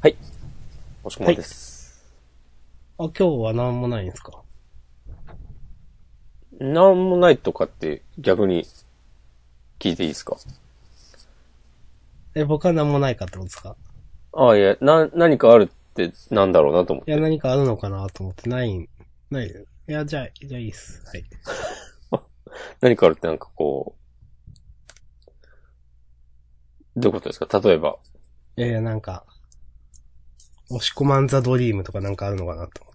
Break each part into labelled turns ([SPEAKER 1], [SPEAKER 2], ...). [SPEAKER 1] はい。おしくまです。
[SPEAKER 2] あ、今日は何もないんですか
[SPEAKER 1] なんもないとかって逆に聞いていいですか
[SPEAKER 2] え、僕は何もないかってことですか
[SPEAKER 1] ああ、いや、な、何かあるってなんだろうなと思っ
[SPEAKER 2] い
[SPEAKER 1] て。
[SPEAKER 2] や、何かあるのかなと思って、ない、ない。いや、じゃあ、じゃあいいっす。はい。
[SPEAKER 1] 何かあるってなんかこう、どういうことですか例えば。
[SPEAKER 2] いやいや、なんか、押し込まんザドリームとかなんかあるのかなと思っ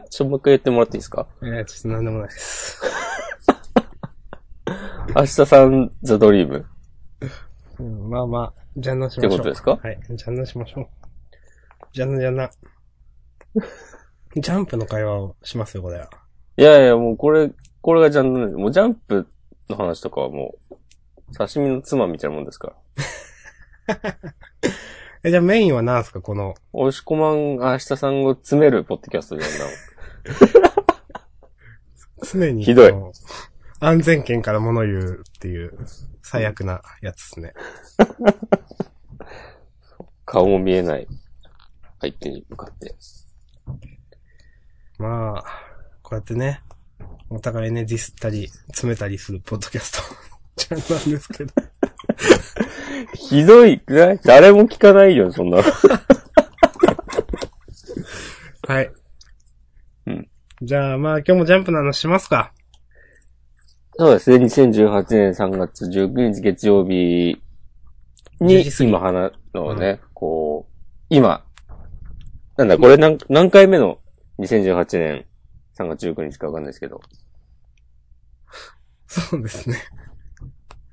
[SPEAKER 2] て。
[SPEAKER 1] んちょ、もう一回言ってもらっていいですか
[SPEAKER 2] いや、ちょっと何でもないです。
[SPEAKER 1] 明日さん、ザドリーム。
[SPEAKER 2] うん、まあまあ、ジャンナしましょう。
[SPEAKER 1] ってことですか
[SPEAKER 2] はい、ジャンナしましょう。ジャンナジャンナ。ジャンプの会話をしますよ、これは。
[SPEAKER 1] いやいや、もうこれ、これがジャンルなんですもうジャンプの話とかはもう、刺身の妻みたいなもんですから。
[SPEAKER 2] え、じゃあメインは何すか、この。
[SPEAKER 1] 押し込まん、明日さんを詰めるポッドキャストじゃんな。
[SPEAKER 2] 常に。
[SPEAKER 1] ひどい
[SPEAKER 2] あの。安全圏から物言うっていう、最悪なやつですね。
[SPEAKER 1] 顔も見えない相手に向かって。
[SPEAKER 2] まあ、こうやってね、お互いね、ディスったり、詰めたりするポッドキャスト チャンネルなんですけど。
[SPEAKER 1] ひどいくない誰も聞かないよ、そんな。
[SPEAKER 2] はい。
[SPEAKER 1] うん。
[SPEAKER 2] じゃあまあ今日もジャンプの話しますか。
[SPEAKER 1] そうですね、2018年3月19日月曜日
[SPEAKER 2] 10
[SPEAKER 1] に
[SPEAKER 2] 時、過ぎ
[SPEAKER 1] 今話のね、こう、今、なんだ、これ何何回目の2018年3月19日かわかんないですけど、
[SPEAKER 2] そうですね。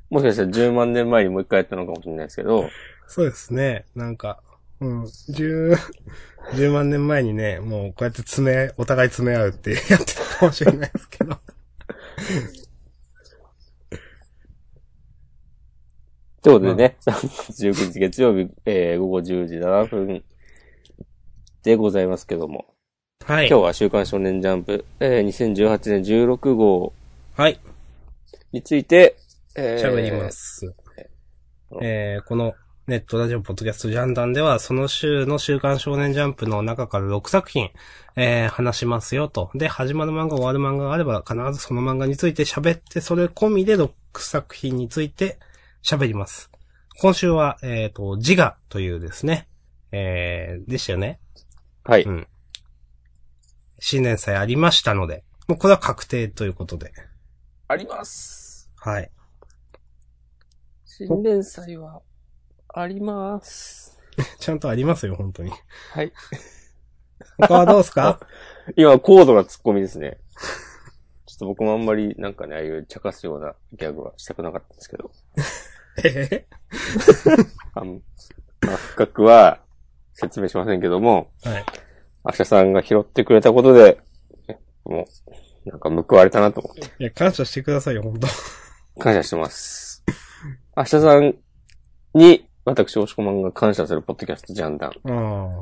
[SPEAKER 1] もしかしたら10万年前にもう一回やったのかもしれないですけど、
[SPEAKER 2] そうですね。なんか、うん、十、十万年前にね、もうこうやって詰め、お互い詰め合うってやってたかもしれないですけど。
[SPEAKER 1] ということでね、3月19日月曜日、えー午後10時7分でございますけども、
[SPEAKER 2] はい。
[SPEAKER 1] 今日は週刊少年ジャンプ、えー2018年16号
[SPEAKER 2] はい。
[SPEAKER 1] について、えー
[SPEAKER 2] 喋りま。す。
[SPEAKER 1] ー
[SPEAKER 2] えーこのネットラジオポッドキャストジャンダンでは、その週の週刊少年ジャンプの中から6作品、えー話しますよと。で、始まる漫画、終わる漫画があれば、必ずその漫画について喋って、それ込みで6作品について喋ります。今週は、えっ、と、自我というですね、えーでしたよね。
[SPEAKER 1] はい。
[SPEAKER 2] うん新年祭ありましたので、もうこれは確定ということで。
[SPEAKER 1] あります。
[SPEAKER 2] はい。
[SPEAKER 1] 新連載は、あります。
[SPEAKER 2] ちゃんとありますよ、本当に。
[SPEAKER 1] はい。
[SPEAKER 2] 他はどうですか
[SPEAKER 1] 今、高度なツッコミですね。ちょっと僕もあんまり、なんかね、ああいう茶化すようなギャグはしたくなかったんですけど。
[SPEAKER 2] えへへ
[SPEAKER 1] あの、まあ、深くは説明しませんけども、
[SPEAKER 2] はい。
[SPEAKER 1] 明日さんが拾ってくれたことで、ねもう、なんか報われたなと思って、
[SPEAKER 2] いや、感謝してくださいよ、本当
[SPEAKER 1] 感謝してます。明日さんに、私、押し込まんが感謝するポッドキャストジャンダン。
[SPEAKER 2] うん。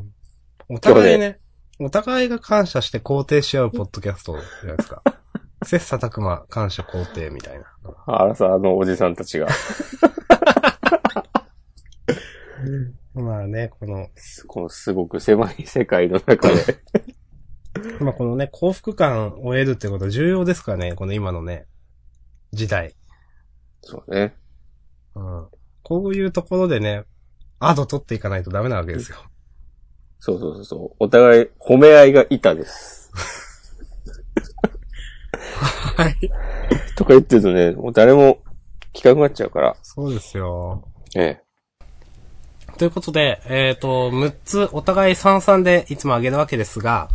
[SPEAKER 2] お互いね、お互いが感謝して肯定し合うポッドキャストじゃないですか。切磋琢磨、感謝肯定みたいな。
[SPEAKER 1] あらさ、あのおじさんたちが。
[SPEAKER 2] まあね、この、
[SPEAKER 1] このすごく狭い世界の中で。
[SPEAKER 2] まあこのね、幸福感を得るってことは重要ですからね、この今のね、時代。
[SPEAKER 1] そうね。
[SPEAKER 2] うん。こういうところでね、アド取っていかないとダメなわけですよ。
[SPEAKER 1] そうそうそうそう。お互い褒め合いが板です。
[SPEAKER 2] はい。
[SPEAKER 1] とか言ってるとね、もう誰も聞かなくなっちゃうから。
[SPEAKER 2] そうですよ。
[SPEAKER 1] え
[SPEAKER 2] ということで、えっ、と、6つ、お互い三々でいつもあげるわけですが、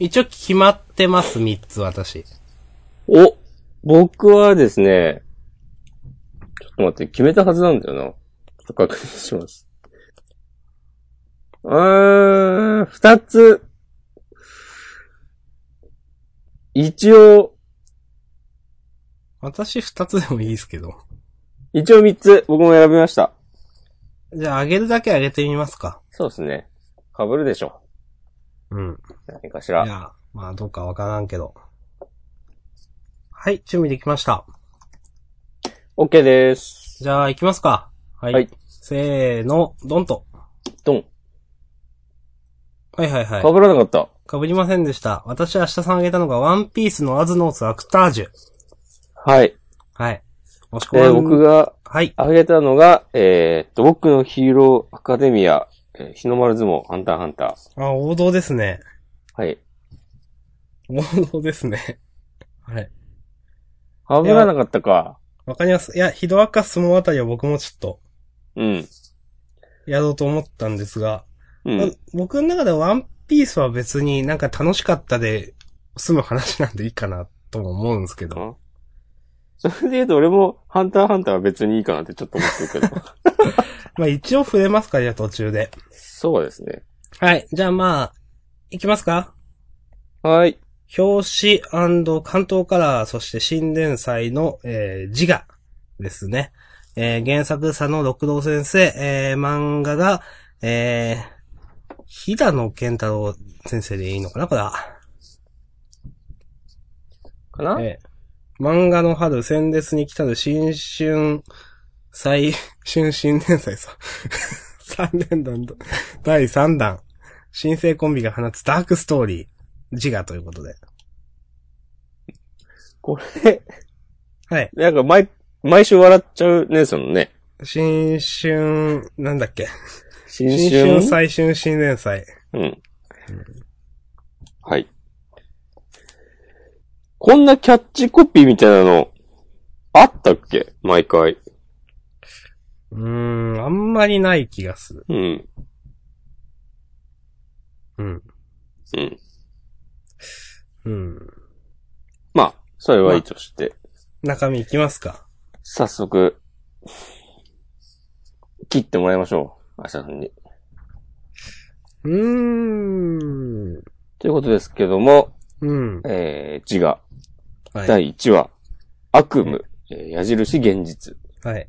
[SPEAKER 2] 一応決まってます、3つ私。
[SPEAKER 1] え。お僕はですね、ちょっと待って、決めたはずなんだよな。ちょっと確認します。うーん、二つ。一応、
[SPEAKER 2] 私2つでもいいですけど。
[SPEAKER 1] 一応三つ、僕も選びました。
[SPEAKER 2] じゃあ、あげるだけあげてみますか。
[SPEAKER 1] そうですね。被るでしょ。
[SPEAKER 2] うん。
[SPEAKER 1] 何かし
[SPEAKER 2] い
[SPEAKER 1] ら。
[SPEAKER 2] や、まあ、どうかわからんけど。はい、準備できました。
[SPEAKER 1] OK です。
[SPEAKER 2] じゃあ、行きますか。はい。
[SPEAKER 1] はい
[SPEAKER 2] せーの、ドンと。
[SPEAKER 1] ドン。
[SPEAKER 2] はいはいはい。
[SPEAKER 1] 被らなかった。
[SPEAKER 2] かぶりませんでした。私明日さんあげたのが、ワンピースのアズノーツアクタージュ。
[SPEAKER 1] はい。
[SPEAKER 2] はい。もしく
[SPEAKER 1] で、
[SPEAKER 2] は、
[SPEAKER 1] 僕が
[SPEAKER 2] はい。
[SPEAKER 1] 挙げたのが、えーっと、僕のヒーローアカデミア、えー日の丸相撲、ハンターハンタ
[SPEAKER 2] あ、王道ですね。
[SPEAKER 1] ー。はい。
[SPEAKER 2] 王道ですね。 はい。
[SPEAKER 1] 被らなかったか。
[SPEAKER 2] わかります。いや、ヒドアカ相撲あたりは僕もちょっと、
[SPEAKER 1] うん。
[SPEAKER 2] やろうと思ったんですが、
[SPEAKER 1] う
[SPEAKER 2] まあ
[SPEAKER 1] ん。
[SPEAKER 2] 僕の中ではワンピースは別になんか楽しかったで済む話なんでいいかなとも思うんですけ
[SPEAKER 1] あ
[SPEAKER 2] ど。
[SPEAKER 1] それで言うと、俺も、ハンターハンターは別にいいかなってちょっと思ってるけど。
[SPEAKER 2] まあ一応触れますから、じゃあ途中で。
[SPEAKER 1] そうですね。
[SPEAKER 2] はい。じゃあまあ、いきますか
[SPEAKER 1] はい。
[SPEAKER 2] 表紙関東カラー、そして新連載の、えー自我ですね。えー原作者の六道先生、えー漫画が、えー、日田野健太郎先生でいいのかなこれは。
[SPEAKER 1] かな、
[SPEAKER 2] えー漫画の春、鮮烈に来たる新春、最、春 新年祭さ。3連弾と、第3弾。新生コンビが放つダークストーリー。自我ということで。
[SPEAKER 1] これ、
[SPEAKER 2] はい。
[SPEAKER 1] なんか毎、毎週笑っちゃうね、そのね。
[SPEAKER 2] 新春、なんだっけ。
[SPEAKER 1] 新
[SPEAKER 2] 新
[SPEAKER 1] 春
[SPEAKER 2] 春、最春、新年祭。
[SPEAKER 1] うん。はい。こんなキャッチコピーみたいなの、あったっけ毎回。
[SPEAKER 2] うーん、あんまりない気がする。
[SPEAKER 1] うん。
[SPEAKER 2] うん。
[SPEAKER 1] うん。
[SPEAKER 2] うん。
[SPEAKER 1] まあ、それはいいとして。
[SPEAKER 2] 中身いきますか。
[SPEAKER 1] 早速、切ってもらいましょう。明日さんに。
[SPEAKER 2] うーん。
[SPEAKER 1] ということですけども、
[SPEAKER 2] うん。
[SPEAKER 1] えー、自我、
[SPEAKER 2] はい。
[SPEAKER 1] 第1話、悪夢、えー矢印現実。
[SPEAKER 2] はい。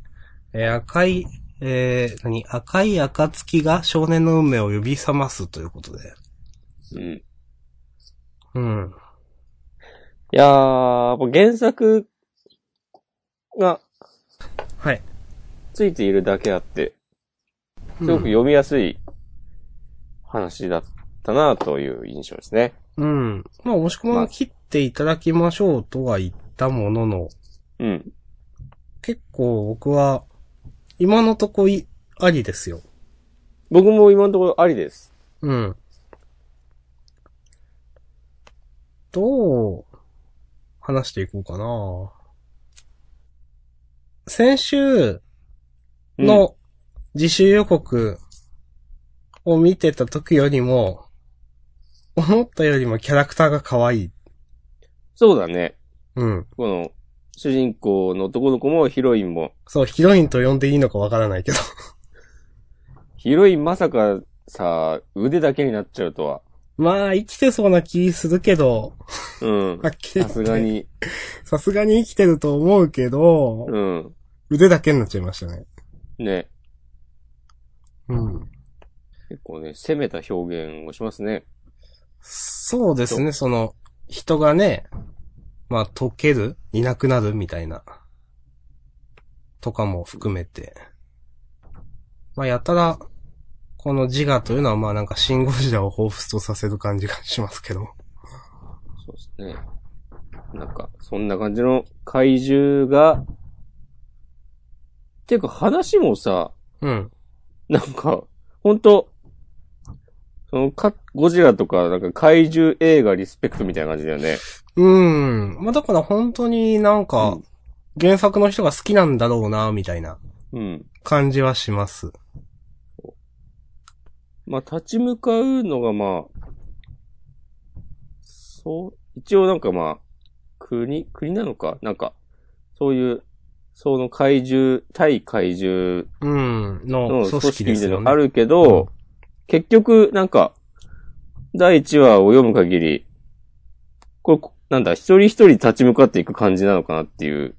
[SPEAKER 2] えー赤い、えー、何赤い暁が少年の運命を呼び覚ますということで。
[SPEAKER 1] うん。
[SPEAKER 2] うん。
[SPEAKER 1] いやー、もう原作が
[SPEAKER 2] はい。
[SPEAKER 1] ついているだけあって、す
[SPEAKER 2] う
[SPEAKER 1] ごく
[SPEAKER 2] ん。
[SPEAKER 1] 読みやすい話だったなという印象ですね。
[SPEAKER 2] うん。まあ、押し込まん切っていただきましょうとは言ったものの、
[SPEAKER 1] うん。
[SPEAKER 2] 結構僕は、今のとこい、ありですよ。
[SPEAKER 1] 僕も今のところありです。
[SPEAKER 2] うん。どう、話していこうかな。先週
[SPEAKER 1] うん、
[SPEAKER 2] の自主予告を見てた時よりも、思ったよりもキャラクターが可愛い。
[SPEAKER 1] そうだね。
[SPEAKER 2] うん。
[SPEAKER 1] この、主人公の男の子もヒロインも、
[SPEAKER 2] そう、ヒロインと呼んでいいのかわからないけど。
[SPEAKER 1] ヒロインまさかさ、腕だけになっちゃうとは。
[SPEAKER 2] まあ、生きてそうな気するけど、
[SPEAKER 1] うん
[SPEAKER 2] は。っきり言
[SPEAKER 1] さ
[SPEAKER 2] っ
[SPEAKER 1] す
[SPEAKER 2] て
[SPEAKER 1] が。に、
[SPEAKER 2] さすがに生きてると思うけど、
[SPEAKER 1] うん。
[SPEAKER 2] 腕だけになっちゃいましたね。
[SPEAKER 1] ね。
[SPEAKER 2] うん。
[SPEAKER 1] 結構ね、攻めた表現をしますね。
[SPEAKER 2] そうですね、その、人がね、まあ、溶けるいなくなるみたいな。とかも含めて。まあ、やたら、この自我というのはまあなんかシンゴジラを彷彿とさせる感じがしますけど。
[SPEAKER 1] そうですね。なんか、そんな感じの怪獣が、ていうか話もさ、
[SPEAKER 2] うん。
[SPEAKER 1] なんか、ほんと、そのか、ゴジラとか、なんか怪獣映画リスペクトみたいな感じだよね。
[SPEAKER 2] うん。まあ、だから本当になん
[SPEAKER 1] う
[SPEAKER 2] か
[SPEAKER 1] ん、
[SPEAKER 2] 原作の人が好きなんだろうな、みたいな
[SPEAKER 1] うん。
[SPEAKER 2] 感じはします。
[SPEAKER 1] まあ、立ち向かうのがまあ、そう、一応なんかまあ、国、国なのかなんか、そういう、その怪獣、対怪獣
[SPEAKER 2] うん。
[SPEAKER 1] の
[SPEAKER 2] の組
[SPEAKER 1] 組
[SPEAKER 2] 織
[SPEAKER 1] 織
[SPEAKER 2] で
[SPEAKER 1] みた
[SPEAKER 2] す
[SPEAKER 1] いな
[SPEAKER 2] よ
[SPEAKER 1] の
[SPEAKER 2] ね。
[SPEAKER 1] があるけど、
[SPEAKER 2] うん
[SPEAKER 1] 結局、なんか、第1話を読む限り、これ、こなんだ、一人一人立ち向かっていく感じなのかなっていう、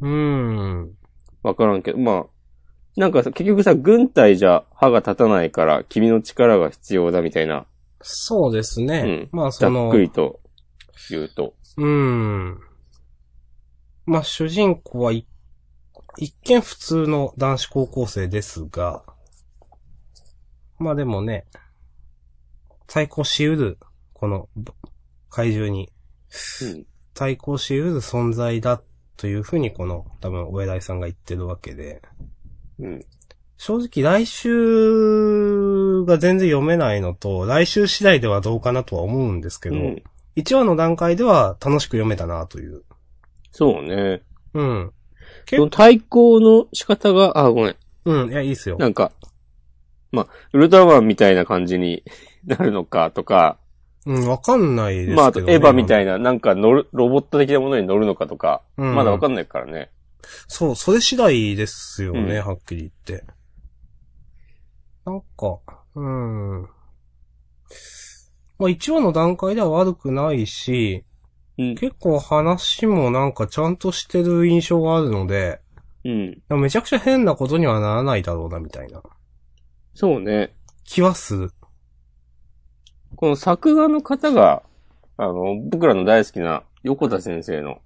[SPEAKER 2] うん。
[SPEAKER 1] わからんけど、まあ、なんかさ、結局さ、軍隊じゃ歯が立たないから、君の力が必要だみたいな、
[SPEAKER 2] そうですね。まあ
[SPEAKER 1] ざ
[SPEAKER 2] その、
[SPEAKER 1] っくりと言うと。
[SPEAKER 2] うーん。まあ、主人公は一一見普通の男子高校生ですが、まあでもね、対抗しうる、この怪獣に
[SPEAKER 1] うん。
[SPEAKER 2] 対抗しうる存在だというふうにこの多分お偉いさんが言ってるわけで、
[SPEAKER 1] うん。
[SPEAKER 2] 正直来週が全然読めないのと、来週次第ではどうかなとは思うんですけ
[SPEAKER 1] う
[SPEAKER 2] ど、
[SPEAKER 1] ん。
[SPEAKER 2] 1話の段階では楽しく読めたなという。
[SPEAKER 1] そうね。
[SPEAKER 2] うん。結
[SPEAKER 1] その対抗の仕方が、あ、ごめん。
[SPEAKER 2] うん、いや、いいっすよ。
[SPEAKER 1] なんか、まあ、ウルトラマンみたいな感じになるのかとか、
[SPEAKER 2] うん、わかんないですけど、ね。
[SPEAKER 1] まあ、あとエヴァみ
[SPEAKER 2] い。
[SPEAKER 1] たいな、なんか乗る、ロボット的なものに乗るのかとか、
[SPEAKER 2] うん
[SPEAKER 1] まだわかんないからね。
[SPEAKER 2] そう、それ次第ですよね、
[SPEAKER 1] うん
[SPEAKER 2] はっきり言って。なんか、うん。まあ、一話の段階では悪くないし、
[SPEAKER 1] うん。
[SPEAKER 2] 結構話もなんかちゃんとしてる印象があるので、
[SPEAKER 1] うん。
[SPEAKER 2] でもめちゃくちゃ変なことにはならないだろうな、みたいな。
[SPEAKER 1] そうね。
[SPEAKER 2] 気はする。
[SPEAKER 1] この作画の方が、あの、僕らの大好きな横田先生の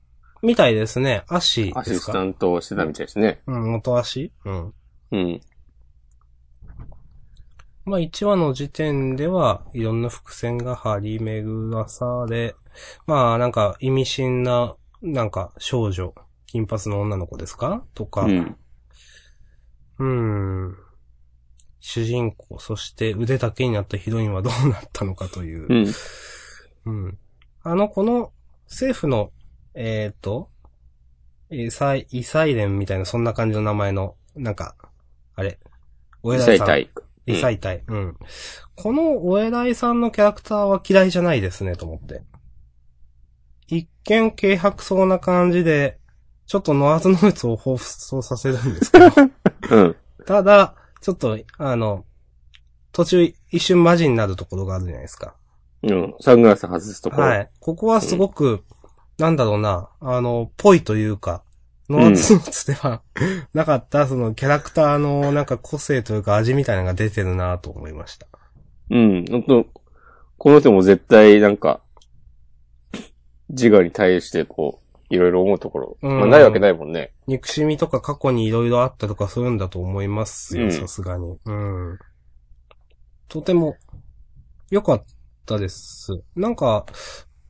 [SPEAKER 2] みたいですね。足
[SPEAKER 1] ア
[SPEAKER 2] で
[SPEAKER 1] シ
[SPEAKER 2] す
[SPEAKER 1] ス
[SPEAKER 2] か
[SPEAKER 1] タントをしてたみたいですね。
[SPEAKER 2] うん、元足うん。
[SPEAKER 1] うん。
[SPEAKER 2] まあ、1話の時点では、いろんな伏線が張り巡らされ、まあ、なんか、意味深な、なんか、少女、金髪の女の子ですかとか、
[SPEAKER 1] うん。
[SPEAKER 2] うーん。主人公、そして腕だけになったヒロインはどうなったのかという
[SPEAKER 1] う。ん。
[SPEAKER 2] うん。あの、この、政府の、えっ、と、えーサイ、イサイレンみたいな、そんな感じの名前の、なんか、あれ、お
[SPEAKER 1] 実
[SPEAKER 2] 偉
[SPEAKER 1] 際
[SPEAKER 2] いさん。
[SPEAKER 1] 体。
[SPEAKER 2] リサイタイ。うん。このお偉いさんのキャラクターは嫌いじゃないですね、と思って。一見軽薄そうな感じで、ちょっとノアズノイズを彷彿とさせるんですけ ど、
[SPEAKER 1] うん。
[SPEAKER 2] ただ、ちょっと、あの、途中一瞬マジになるところがあるじゃないですか。
[SPEAKER 1] うん。サングラス外すところ。
[SPEAKER 2] はい。ここはすごく、なんだろうな、あの、ぽいというか、ノアズノイズで はなかった、そのキャラクターのなんか個性というか味みたいなのが出てるなと思いました。
[SPEAKER 1] うん。ほんと、この人も絶対なんか、自我に対してこう、いろいろ思うところ。
[SPEAKER 2] うん
[SPEAKER 1] まあないわけないもんね。
[SPEAKER 2] 憎しみとか過去にいろいろあったとかするんだと思います
[SPEAKER 1] う
[SPEAKER 2] よ、
[SPEAKER 1] ん
[SPEAKER 2] さすがに。うん。とても、良かったです。なんか、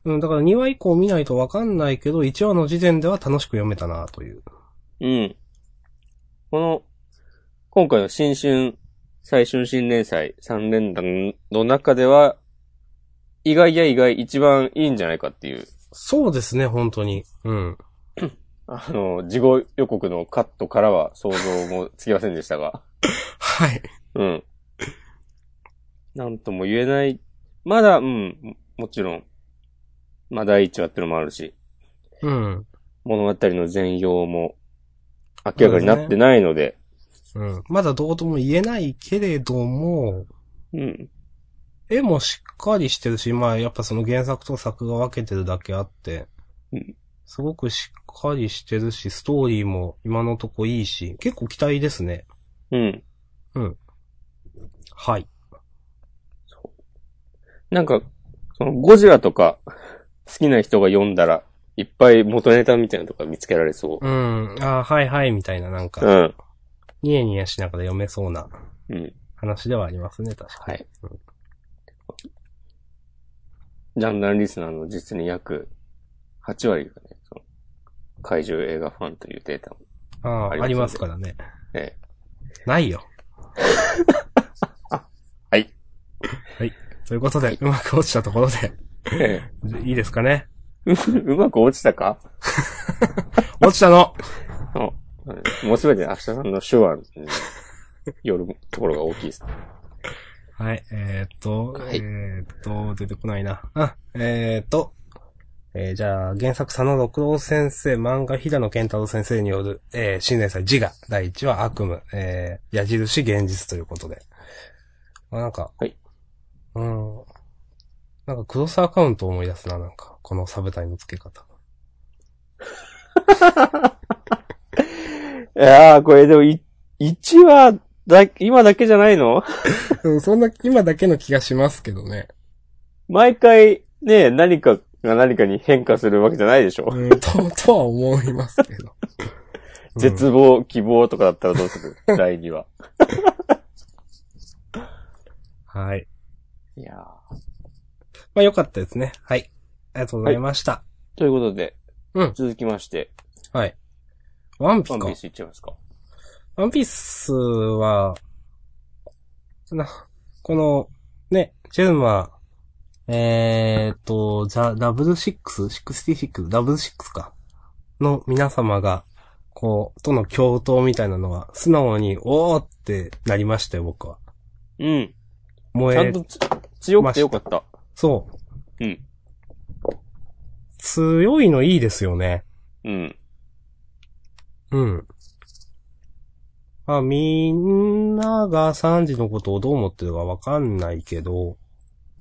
[SPEAKER 2] うん、だから2話以降見ないとわかんないけど、1話の時点では楽しく読めたな、という。
[SPEAKER 1] うん。この、今回の新春、最春新年祭3連弾の中では、意外や意外一番いいんじゃないかっていう、
[SPEAKER 2] そうですね、本当に。うん。
[SPEAKER 1] あの、事後予告のカットからは想像もつきませんでしたが。
[SPEAKER 2] はい。
[SPEAKER 1] うん。なんとも言えない。まだ、うん、ももちろん。まあ、第一話ってのもあるし、
[SPEAKER 2] うん。
[SPEAKER 1] 物語の全容も明らかになってないので、
[SPEAKER 2] うん。まだどうとも言えないけれども、絵もしっかりしてるし、まあやっぱその原作と作が分けてるだけあって
[SPEAKER 1] うん、
[SPEAKER 2] すごくしっかりしてるし、ストーリーも今のとこいいし、結構期待ですね。
[SPEAKER 1] うん。うん。
[SPEAKER 2] はい。
[SPEAKER 1] なんか、そのゴジラとか好きな人が読んだら、いっぱい元ネタみたいなのとか見つけられそう
[SPEAKER 2] う。ん。あーはいはいみたいななん
[SPEAKER 1] う
[SPEAKER 2] か、
[SPEAKER 1] ん。
[SPEAKER 2] ニヤニヤしながら読めそうな
[SPEAKER 1] うん。
[SPEAKER 2] 話ではありますね、確か
[SPEAKER 1] はい。ジャンダンリスナーの実に約8割がね、その怪獣映画ファンというデータ も。
[SPEAKER 2] に。ああー、あ
[SPEAKER 1] あ
[SPEAKER 2] り
[SPEAKER 1] り
[SPEAKER 2] ま
[SPEAKER 1] ますすね
[SPEAKER 2] からね。
[SPEAKER 1] ええ
[SPEAKER 2] ないよ。
[SPEAKER 1] はい。
[SPEAKER 2] はい。ということで、うまく落ちたところで、
[SPEAKER 1] え
[SPEAKER 2] いいですかね。
[SPEAKER 1] えうまく落ちたか
[SPEAKER 2] 落ちたの
[SPEAKER 1] もうすべて明日さんの手話によるところが大きいです。
[SPEAKER 2] はい、えー、っと、
[SPEAKER 1] はい
[SPEAKER 2] えー、っと、出てこないな。あ、えー、っと、えー、じゃあ、原作佐野六郎先生、漫画平野健太郎先生による、えー、新年祭自我、第1話悪夢、えー、矢印現実ということで。あなんか、
[SPEAKER 1] はい。
[SPEAKER 2] うん。なんか、クロスアカウントを思い出すな、なんか、このサブタイの付け方。
[SPEAKER 1] いやー、これでもい、1話だ、今だけじゃないの
[SPEAKER 2] うん、 そんな、今だけの気がしますけど ね。
[SPEAKER 1] 毎回、ね、何かが何かに変化するわけじゃないでしょ
[SPEAKER 2] うん、と、とは思いますけど。
[SPEAKER 1] 絶望、希望とかだったらどうする 第2話。
[SPEAKER 2] はい。
[SPEAKER 1] いやー
[SPEAKER 2] まあよかったですね。はい。ありがとうございました。
[SPEAKER 1] ということで、
[SPEAKER 2] うん
[SPEAKER 1] 続きまして、
[SPEAKER 2] はい。ワンピ
[SPEAKER 1] ワンピ
[SPEAKER 2] か
[SPEAKER 1] ー。スいっちゃいますか。
[SPEAKER 2] ワンピースは、な、この、ね、ジェンは、えーっと、ザ・ダブルシックス、66、ダブルシックスか、の皆様が、こう、との共闘みたいなのは、素直に、おーってなりましたよ、僕は。
[SPEAKER 1] うん。
[SPEAKER 2] 燃
[SPEAKER 1] ちゃん
[SPEAKER 2] え、
[SPEAKER 1] とつ強くてよかった。
[SPEAKER 2] そう。
[SPEAKER 1] うん。
[SPEAKER 2] 強いのいいですよね。
[SPEAKER 1] うん。
[SPEAKER 2] うん。まあ、みんながサンジのことをどう思ってるかわかんないけど、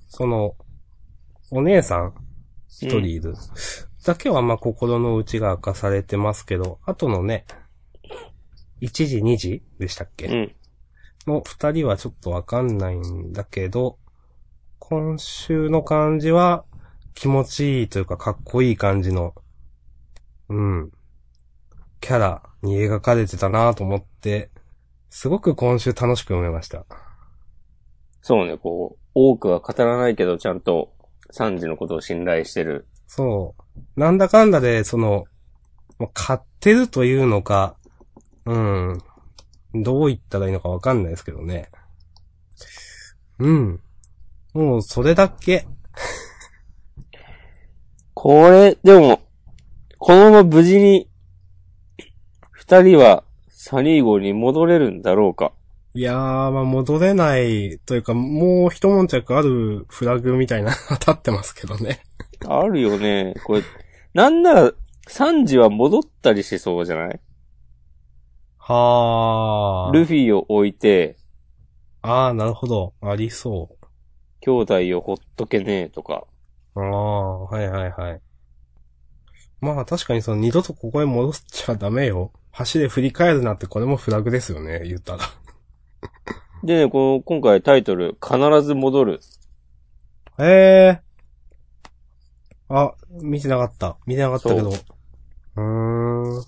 [SPEAKER 2] その、お姉さん一人いる。だけはまあ心の内が明かされてますけど、あとのね、1時2時でしたっけ、
[SPEAKER 1] うん。
[SPEAKER 2] の二人はちょっとわかんないんだけど、今週の感じは気持ちいいというかかっこいい感じの、うん、キャラに描かれてたなと思って、すごく今週楽しく読めました。
[SPEAKER 1] そうね、こう、多くは語らないけど、ちゃんと、サンジのことを信頼してる。
[SPEAKER 2] そう。なんだかんだで、その、もう買ってるというのか、うん、どう言ったらいいのかわかんないですけどね。うん。もうそれだけ、
[SPEAKER 1] これ、でも、このまま無事に、二人は、サニー号に戻れるんだろうか。
[SPEAKER 2] いやー、まあ、戻れないというか、もう一悶着あるフラグみたいな 立ってますけどね。
[SPEAKER 1] あるよね。これ、なんなら、サンジは戻ったりしそうじゃない
[SPEAKER 2] は
[SPEAKER 1] ルフィを置いて、
[SPEAKER 2] あー、なるほど。ありそ
[SPEAKER 1] 兄弟をほっとけねえとか。
[SPEAKER 2] う。ああ、はいはいはい。まあ確かにその二度とここへ戻っちゃダメよ。橋で振り返るなってこれもフラグですよね、言ったら。
[SPEAKER 1] でね、この、今回タイトル、必ず戻る。
[SPEAKER 2] ええー。あ、見てなかった。見てなかったけど。うーん。
[SPEAKER 1] うんっ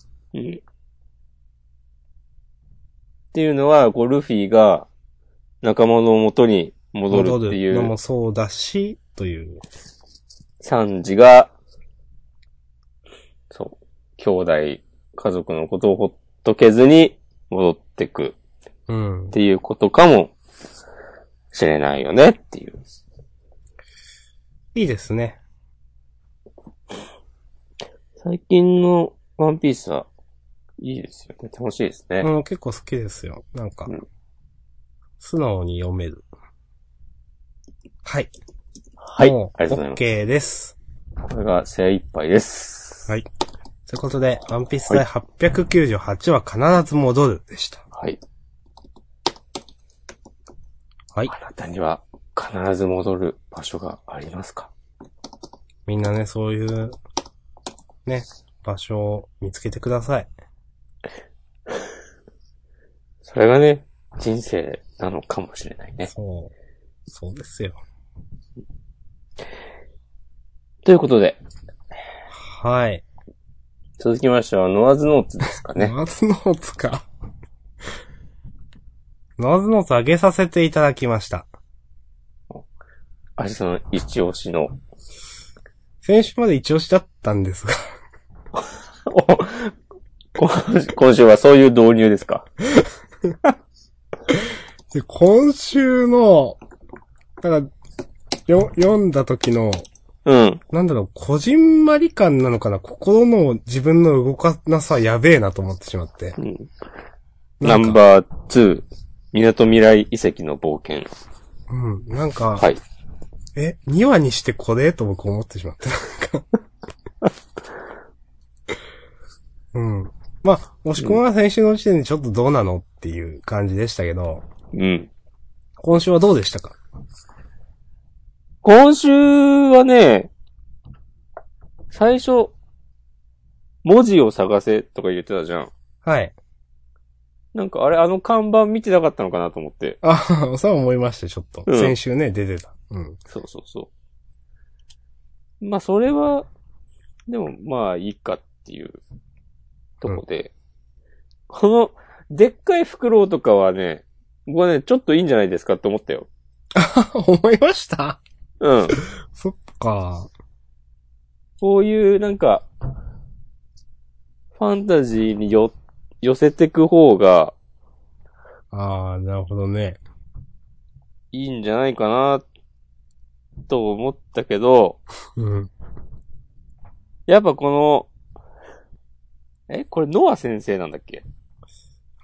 [SPEAKER 1] ていうのは、こう、ルフィが仲間の元に戻るってい
[SPEAKER 2] の
[SPEAKER 1] う
[SPEAKER 2] も、そうだし、という。
[SPEAKER 1] サンジが、そう、兄弟、家族のことをほっとけずに戻ってく
[SPEAKER 2] うん
[SPEAKER 1] っ。ていうことかもしれないよねっていう。
[SPEAKER 2] いいですね。
[SPEAKER 1] 最近のワンピースは、いいですよね。楽しいですね。
[SPEAKER 2] うん、結構好きですよ。なんか、
[SPEAKER 1] うん
[SPEAKER 2] 素直に読める。はい。
[SPEAKER 1] はい。あり
[SPEAKER 2] もう、
[SPEAKER 1] がとうございます。
[SPEAKER 2] OK です。
[SPEAKER 1] これが精一杯です。
[SPEAKER 2] はいということで、ワンピース第898は必ず戻るでした。
[SPEAKER 1] はい。
[SPEAKER 2] はい
[SPEAKER 1] あなたには必ず戻る場所がありますか
[SPEAKER 2] みんなね、そういう、ね、場所を見つけてください。
[SPEAKER 1] それがね、人生なのかもしれないね。
[SPEAKER 2] そう。そうですよ。
[SPEAKER 1] ということで、
[SPEAKER 2] はい。
[SPEAKER 1] 続きましては、ノアズノーツですかね。
[SPEAKER 2] ノーズノーツか。 ノーズノーツ上げさせていただきました。
[SPEAKER 1] あれその一押しの。
[SPEAKER 2] 先週まで一押しだったんですが
[SPEAKER 1] お今週今週はそういう導入ですか
[SPEAKER 2] で、今週の、なんか、よ、読んだ時の、
[SPEAKER 1] うん。
[SPEAKER 2] なんだろう、こじんまり感なのかな心の自分の動かなさやべえなと思ってしまって。
[SPEAKER 1] うんナ
[SPEAKER 2] なんか
[SPEAKER 1] ンバー2、港未来遺跡の冒険。
[SPEAKER 2] うん、なんか、
[SPEAKER 1] はい。
[SPEAKER 2] え、2話にしてこれと僕思ってしまって、なんか。うん。まあ、押し込まは先週の時点でちょっとどうなのっていう感じでしたけど、
[SPEAKER 1] うん。
[SPEAKER 2] 今週はどうでしたか
[SPEAKER 1] 今週はね、最初、文字を探せとか言ってたじゃん。
[SPEAKER 2] はい。
[SPEAKER 1] なんかあれ、あの看板見てなかったのかなと思って。
[SPEAKER 2] あ、 そう思いました、ちょっと。
[SPEAKER 1] うん
[SPEAKER 2] 先週ね、出てた。うん。
[SPEAKER 1] そうそうそう。まあ、それは、でも、まあ、いいかっていうとこで。この、でっかいフクロウとかはね、僕はね、ちょっといいんじゃないですかって思ったよ。
[SPEAKER 2] 思いました
[SPEAKER 1] うん。
[SPEAKER 2] そっか。
[SPEAKER 1] こういう、なんか、ファンタジーによ、寄せてく方が
[SPEAKER 2] ああ、なるほどね。
[SPEAKER 1] いいんじゃないかな、と思ったけど、
[SPEAKER 2] うん。
[SPEAKER 1] やっぱこの、え、これノア先生なんだっけ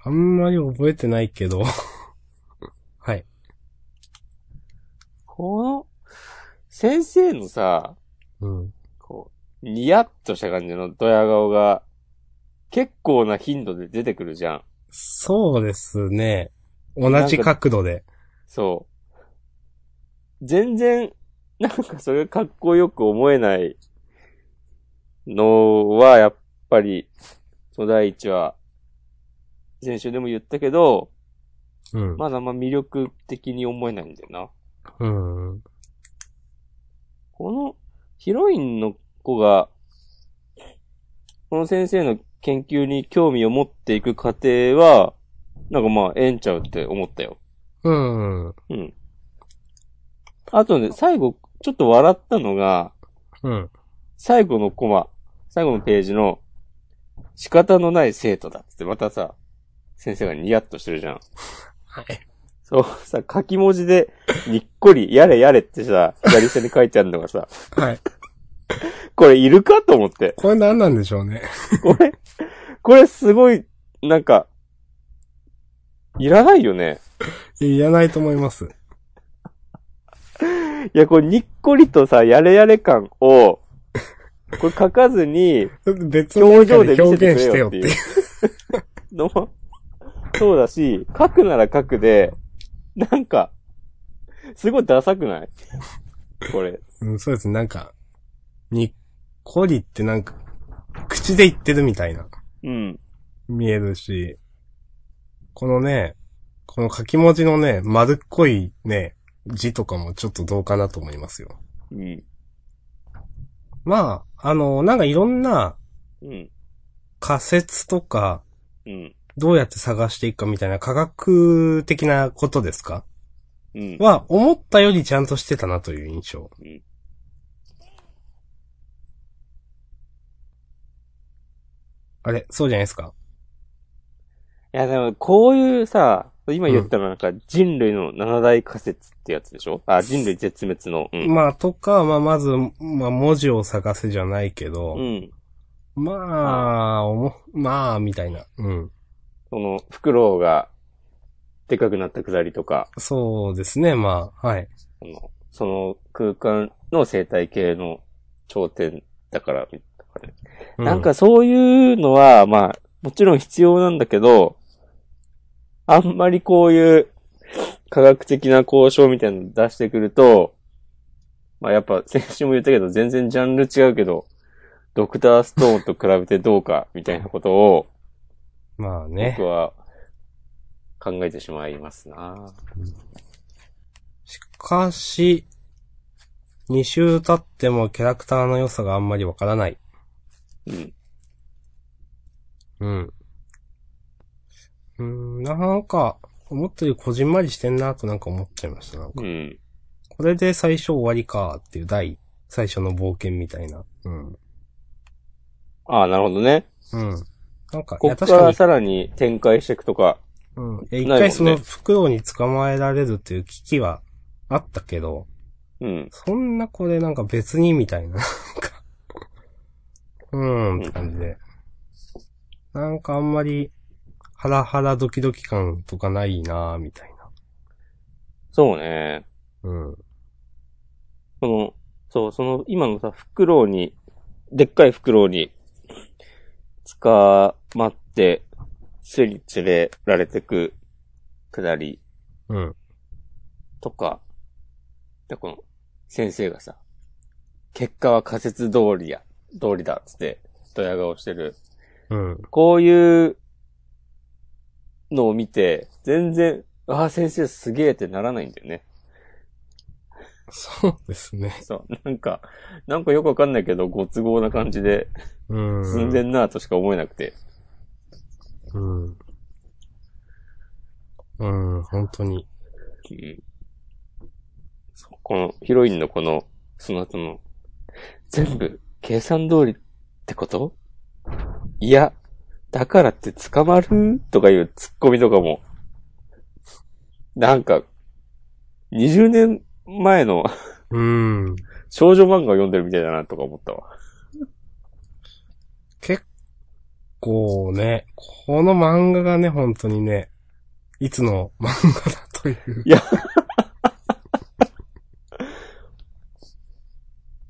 [SPEAKER 2] あんまり覚えてないけど。 はい。
[SPEAKER 1] この、先生のさ、
[SPEAKER 2] うん。
[SPEAKER 1] こう、ニヤッとした感じのドヤ顔が、結構な頻度で出てくるじゃん。
[SPEAKER 2] そうですね。同じ角度で。
[SPEAKER 1] そう。全然、なんかそれがかっこよく思えないのは、やっぱり、その第一は、先週でも言ったけど、
[SPEAKER 2] うん。
[SPEAKER 1] まだあんま魅力的に思えないんだよな。
[SPEAKER 2] うん。
[SPEAKER 1] このヒロインの子が、この先生の研究に興味を持っていく過程は、なんかまあ、ええんちゃうって思ったよ。
[SPEAKER 2] うん。
[SPEAKER 1] うん。あとね、最後、ちょっと笑ったのが、
[SPEAKER 2] うん。
[SPEAKER 1] 最後のコマ、最後のページの、仕方のない生徒だっつって、またさ、先生がニヤッとしてるじゃん。
[SPEAKER 2] はい。
[SPEAKER 1] そう、さ、書き文字で、にっこり、やれやれってさ、左下に書いてあるのがさ、
[SPEAKER 2] はい。
[SPEAKER 1] これいるかと思って。
[SPEAKER 2] これ何なんでしょうね。
[SPEAKER 1] これ、これすごい、なんか、いらないよね。
[SPEAKER 2] いやないと思います。
[SPEAKER 1] いや、これにっこりとさ、やれやれ感を、これ書かずに、
[SPEAKER 2] 別の
[SPEAKER 1] 表
[SPEAKER 2] 表
[SPEAKER 1] 情で
[SPEAKER 2] 情で
[SPEAKER 1] 見せ
[SPEAKER 2] 表
[SPEAKER 1] て
[SPEAKER 2] 現し
[SPEAKER 1] く
[SPEAKER 2] て
[SPEAKER 1] れよっい
[SPEAKER 2] よってていうう。
[SPEAKER 1] のも、そうだし、書くなら書くで、なんか、すごいダサくないこれ。
[SPEAKER 2] うん、そうですね。なんか、にっこりってなんか、口で言ってるみたいな、
[SPEAKER 1] うん。
[SPEAKER 2] 見えるし、このね、この書き文字のね、丸っこいね、字とかもちょっとどうかなと思いますよ。
[SPEAKER 1] うん。
[SPEAKER 2] まあ、あの、なんかいろんな
[SPEAKER 1] うん。
[SPEAKER 2] 仮説とか、
[SPEAKER 1] うん。
[SPEAKER 2] どうやって探していくかみたいな科学的なことですか
[SPEAKER 1] うん。
[SPEAKER 2] は、思ったよりちゃんとしてたなという印象。あれ、そうじゃないですか
[SPEAKER 1] いや、でも、こういうさ、今言ったのなんか、人類の七大仮説ってやつでしょあ、人類絶滅の。うん。
[SPEAKER 2] まあ、とか、まあ、まず、まあ、文字を探せじゃないけど、
[SPEAKER 1] うん。
[SPEAKER 2] まあ、おも、まあ、みたいな。うん。
[SPEAKER 1] その、フクロウが、でかくなったくだりとか、
[SPEAKER 2] そうですね、まあ、はい。
[SPEAKER 1] その、その空間の生態系の頂点だから、とかね。
[SPEAKER 2] う
[SPEAKER 1] なん、かそういうのは、まあ、もちろん必要なんだけど、あんまりこういう科学的な交渉みたいなの出してくると、まあやっぱ先週も言ったけど、全然ジャンル違うけど、ドクターストーンと比べてどうか、みたいなことを、
[SPEAKER 2] まあね
[SPEAKER 1] 僕。は考えてしまいますな。
[SPEAKER 2] しかし、2週経ってもキャラクターの良さがあんまりわからない。
[SPEAKER 1] うん。
[SPEAKER 2] うん。うーん、なんか、思ったよりこじんまりしてんなとなんか思っちゃいました。なんか
[SPEAKER 1] うん。
[SPEAKER 2] これで最初終わりかっていう第最初の冒険みたいな。うん。
[SPEAKER 1] ああ、なるほどね。
[SPEAKER 2] うん。なんか、い
[SPEAKER 1] こ
[SPEAKER 2] や
[SPEAKER 1] っか
[SPEAKER 2] 確かに
[SPEAKER 1] らさらに展開していくとか、
[SPEAKER 2] うん。
[SPEAKER 1] な
[SPEAKER 2] え、
[SPEAKER 1] いも
[SPEAKER 2] 一
[SPEAKER 1] んね
[SPEAKER 2] 回そのフクロウに捕まえられるっていう危機はあったけど、
[SPEAKER 1] うん。
[SPEAKER 2] そんなこれなんか別にみたいな、 なんか、うーんって感じで。なんかあんまり、ハラハラドキドキ感とかないなぁ、みたいな。
[SPEAKER 1] そうね。
[SPEAKER 2] うん。
[SPEAKER 1] その、そう、その、今のさ、フクロウに、でっかいフクロウに、捕まって、巣に連れられてく、くだり
[SPEAKER 2] うん。
[SPEAKER 1] とか、で、この、先生がさ、結果は仮説通りや、通りだ、つって、ドヤ顔してる。
[SPEAKER 2] うん。
[SPEAKER 1] こういうのを見て、全然、ああ、先生すげえってならないんだよね。
[SPEAKER 2] そうですね。
[SPEAKER 1] そう、なんか、なんかよくわかんないけど、ご都合な感じで、
[SPEAKER 2] うん。
[SPEAKER 1] 進んでんなぁとしか思えなくて。
[SPEAKER 2] うん。うん、本当に。
[SPEAKER 1] うん。そうこの、ヒロインのこの、その後の、全部、計算通りってこといや、だからって捕まるとかいうツッコミとかも、なんか、20年前の
[SPEAKER 2] うん。
[SPEAKER 1] 少女漫画を読んでるみたいだなとか思ったわ。
[SPEAKER 2] 結構ね、この漫画がね、本当にね、いつの漫画だという。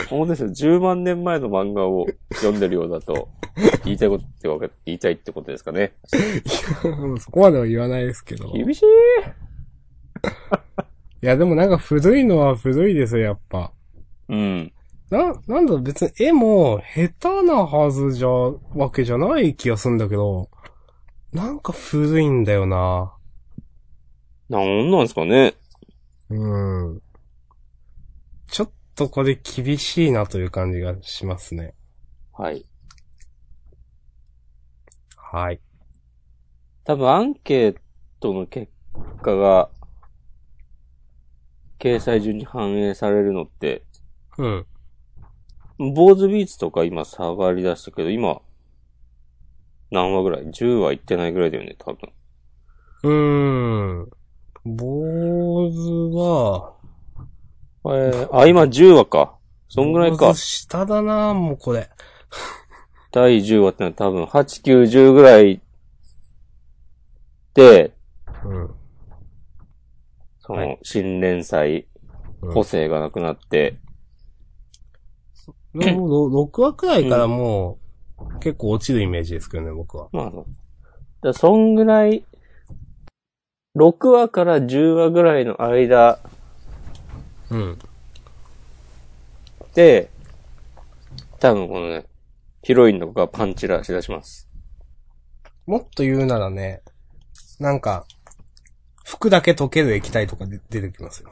[SPEAKER 1] そうですよ、10万年前の漫画を読んでるようだと、言いたいことってわけ、言いたいってことですかね。
[SPEAKER 2] そこまでは言わないですけど。い
[SPEAKER 1] 厳しい
[SPEAKER 2] や、でもなんか古いのは古いですよ、やっぱ。
[SPEAKER 1] うん。
[SPEAKER 2] な、なんだ、別に絵も下手なはずじゃ、わけじゃない気がするんだけど、なんか古いんだよな。
[SPEAKER 1] なんなんですかね。
[SPEAKER 2] うん。ちょっとこれ厳しいなという感じがしますね。
[SPEAKER 1] はい。
[SPEAKER 2] はい。
[SPEAKER 1] 多分アンケートの結果が、掲載順に反映されるのって、
[SPEAKER 2] うん。
[SPEAKER 1] 坊主ビーツとか今下がり出したけど、今、何話ぐらい ?10 話いってないぐらいだよね、多分。
[SPEAKER 2] うーん。坊主は、
[SPEAKER 1] えー、あ、今10話か。そんぐらいか
[SPEAKER 2] 坊主。下だなもうこれ。
[SPEAKER 1] 第10話ってのは多分8、9、10ぐらいで、
[SPEAKER 2] うん。
[SPEAKER 1] そ
[SPEAKER 2] は
[SPEAKER 1] の、新連載、
[SPEAKER 2] うん
[SPEAKER 1] 個性がなくなって、
[SPEAKER 2] でもろ6話くらいからもう、結構落ちるイメージですけどね、僕は。
[SPEAKER 1] まあ、そうだそんぐらい、6話から10話ぐらいの間
[SPEAKER 2] うん。
[SPEAKER 1] で、多分このね、ヒロインの子がパンチラしだします。
[SPEAKER 2] もっと言うならね、なんか、服だけ溶ける液体とかで出てきますよ。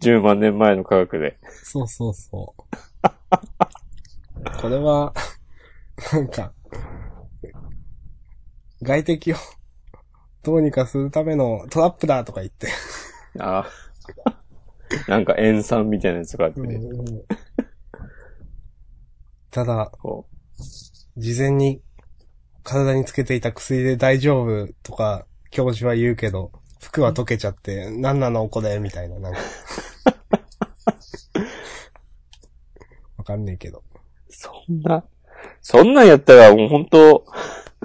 [SPEAKER 1] 10万年前の科学で。
[SPEAKER 2] そうそうそう。 これは、なんか、外敵をどうにかするためのトラップだとか言って。
[SPEAKER 1] ああ。 なんか塩酸みたいなやつがあって、ね
[SPEAKER 2] ただ、
[SPEAKER 1] こう
[SPEAKER 2] 事前に体につけていた薬で大丈夫とか教授は言うけど、服は溶けちゃって、何なのこれみたいな、 なんか。わかんねえけど。
[SPEAKER 1] そんな、そんなんやったらもう本当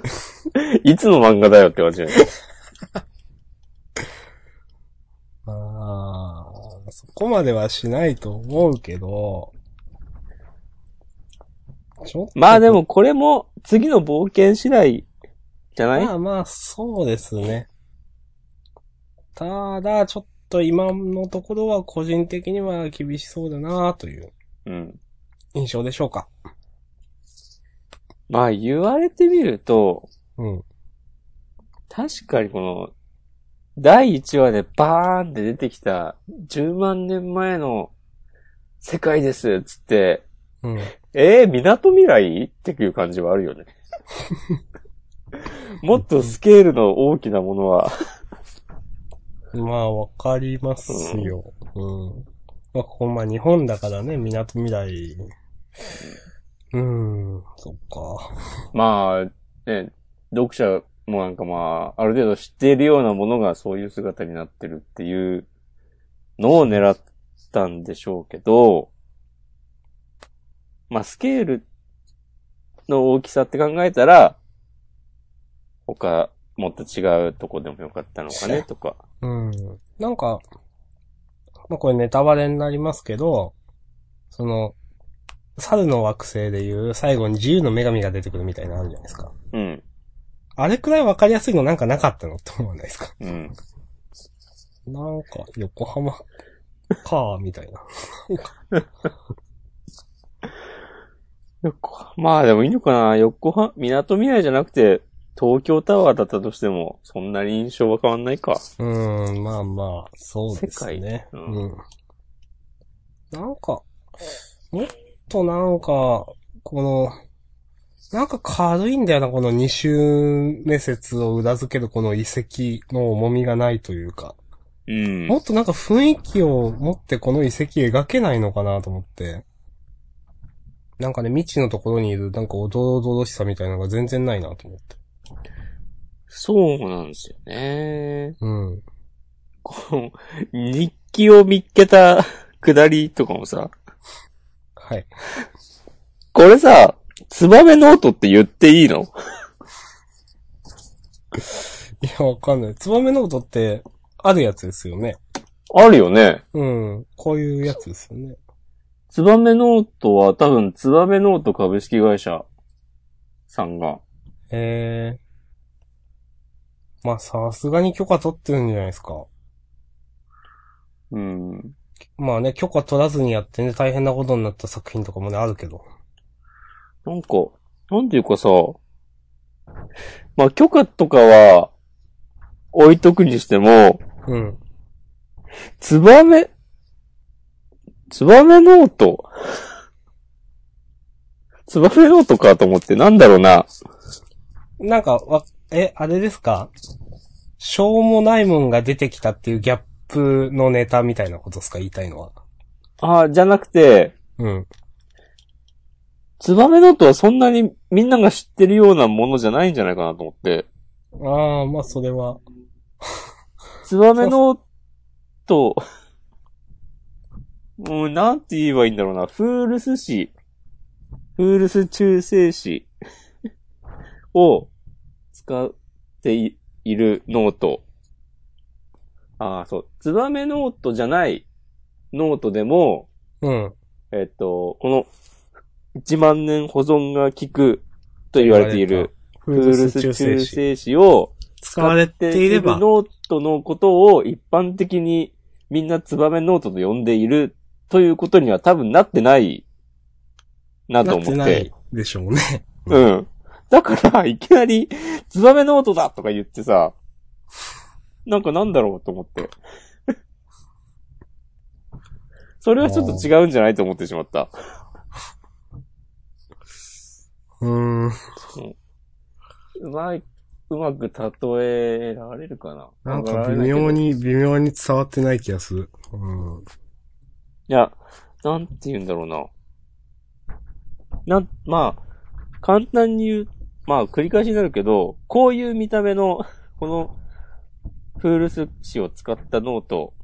[SPEAKER 1] いつの漫画だよって感じだよね
[SPEAKER 2] ああ、そこまではしないと思うけど、ちょっと。
[SPEAKER 1] まあでもこれも次の冒険次第じゃない
[SPEAKER 2] まあまあ、そうですね。ただ、ちょっと今のところは個人的には厳しそうだなという
[SPEAKER 1] うん。
[SPEAKER 2] 印象でしょうか。
[SPEAKER 1] まあ言われてみると、
[SPEAKER 2] うん。
[SPEAKER 1] 確かにこの、第1話でバーンって出てきた、10万年前の世界ですっつって、
[SPEAKER 2] うん。
[SPEAKER 1] えー、港未来っていう感じはあるよね。もっとスケールの大きなものは、
[SPEAKER 2] まあ、わかりますよ。うん。まあ、ここ、まあ、日本だからね、港未来。うん、そっか。
[SPEAKER 1] まあ、ね、読者もなんかまあ、ある程度知っているようなものがそういう姿になってるっていうのを狙ったんでしょうけど、まあ、スケールの大きさって考えたら、他、もっと違うとこでもよかったのかね、とか。
[SPEAKER 2] うん。なんか、まあ、これネタバレになりますけど、その、猿の惑星でいう最後に自由の女神が出てくるみたいなのあるじゃないですか。
[SPEAKER 1] うん。
[SPEAKER 2] あれくらいわかりやすいのなんかなかったのって思わないですか。
[SPEAKER 1] うん。
[SPEAKER 2] なんか、横浜かー、みたいな。
[SPEAKER 1] 横まあでもいいのかな横浜、港未来じゃなくて、東京タワーだったとしても、そんなに印象は変わんないか。
[SPEAKER 2] うーん、まあまあ、そうですね。
[SPEAKER 1] 世界
[SPEAKER 2] うん。なんか、もっとなんか、この、なんか軽いんだよな、この2周目説を裏付けるこの遺跡の重みがないというか。
[SPEAKER 1] うん
[SPEAKER 2] もっとなんか雰囲気を持ってこの遺跡描けないのかなと思って。なんかね、未知のところにいるなんかおどろどろしさみたいなのが全然ないなと思って。
[SPEAKER 1] そうなんですよね。
[SPEAKER 2] うん。
[SPEAKER 1] こう、日記を見っけた下りとかもさ、
[SPEAKER 2] はい。
[SPEAKER 1] これさ、ツバメノートって言っていいの
[SPEAKER 2] いや、わかんない。ツバメノートって、あるやつですよね。
[SPEAKER 1] あるよね。
[SPEAKER 2] うん。こういうやつですよね。
[SPEAKER 1] ツバメノートは多分、ツバメノート株式会社さんが。
[SPEAKER 2] えー。まあ、さすがに許可取ってるんじゃないですか。
[SPEAKER 1] うん。
[SPEAKER 2] まあね、許可取らずにやってね、大変なことになった作品とかもね、あるけど。
[SPEAKER 1] なんか、なんていうかさ、まあ、許可とかは、置いとくにしても、
[SPEAKER 2] うん。
[SPEAKER 1] ツバメ、ツバメノート。 ツバメノートかと思って、なんだろうな。
[SPEAKER 2] なんか、わ、え、あれですかしょうもないもんが出てきたっていうギャップのネタみたいなことですか言いたいのは。
[SPEAKER 1] あーじゃなくて、
[SPEAKER 2] うん。
[SPEAKER 1] ツバメノートはそんなにみんなが知ってるようなものじゃないんじゃないかなと思って。
[SPEAKER 2] ああ、まあそれは。
[SPEAKER 1] ツバメノート、うん、なんて言えばいいんだろうな。フールス市、フールス中世市を使っていいるノート。ああ、そう。ツバメノートじゃないノートでも、
[SPEAKER 2] うん。
[SPEAKER 1] えっと、この1万年保存が効くと言われている
[SPEAKER 2] フ
[SPEAKER 1] フールス中世史を
[SPEAKER 2] 使われていれば。
[SPEAKER 1] ノートのことを一般的にみんなツバメノートと呼んでいるということには多分なってないなと思って。
[SPEAKER 2] なないでしょうね。
[SPEAKER 1] うん。だから、いきなり、ツバメノートだとか言ってさ、なんかなんだろうと思って。 それはちょっと違うんじゃないと思ってしまった。
[SPEAKER 2] うー
[SPEAKER 1] う
[SPEAKER 2] ん。
[SPEAKER 1] まい、うまく例えられるかな
[SPEAKER 2] な
[SPEAKER 1] なん
[SPEAKER 2] か微妙。に、微妙に伝わってない気がする。う
[SPEAKER 1] い
[SPEAKER 2] ん。
[SPEAKER 1] や、なんて言うんだろうな。なん、まあ、簡単に言う、まあ繰り返しになるけど、こういう見た目の、 この、フールス紙を使ったノート、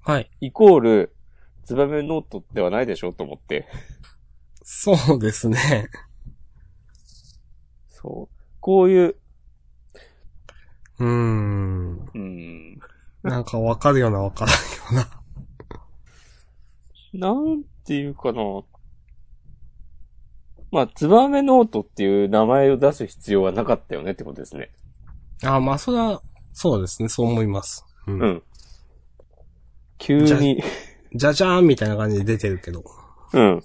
[SPEAKER 2] はい。
[SPEAKER 1] イコール、ツバメノートではないでしょと思って。
[SPEAKER 2] そうですね。
[SPEAKER 1] そう。こういう、
[SPEAKER 2] うーん。
[SPEAKER 1] うん、
[SPEAKER 2] なんかわかるようなわからんよう
[SPEAKER 1] な
[SPEAKER 2] な。
[SPEAKER 1] んていうかな。まあ、ツバメノートっていう名前を出す必要はなかったよねってことですね。
[SPEAKER 2] あーまあそれは、そうですね。そう思います。うん
[SPEAKER 1] うん急に。
[SPEAKER 2] じゃじゃーんみたいな感じで出てるけど。
[SPEAKER 1] うん。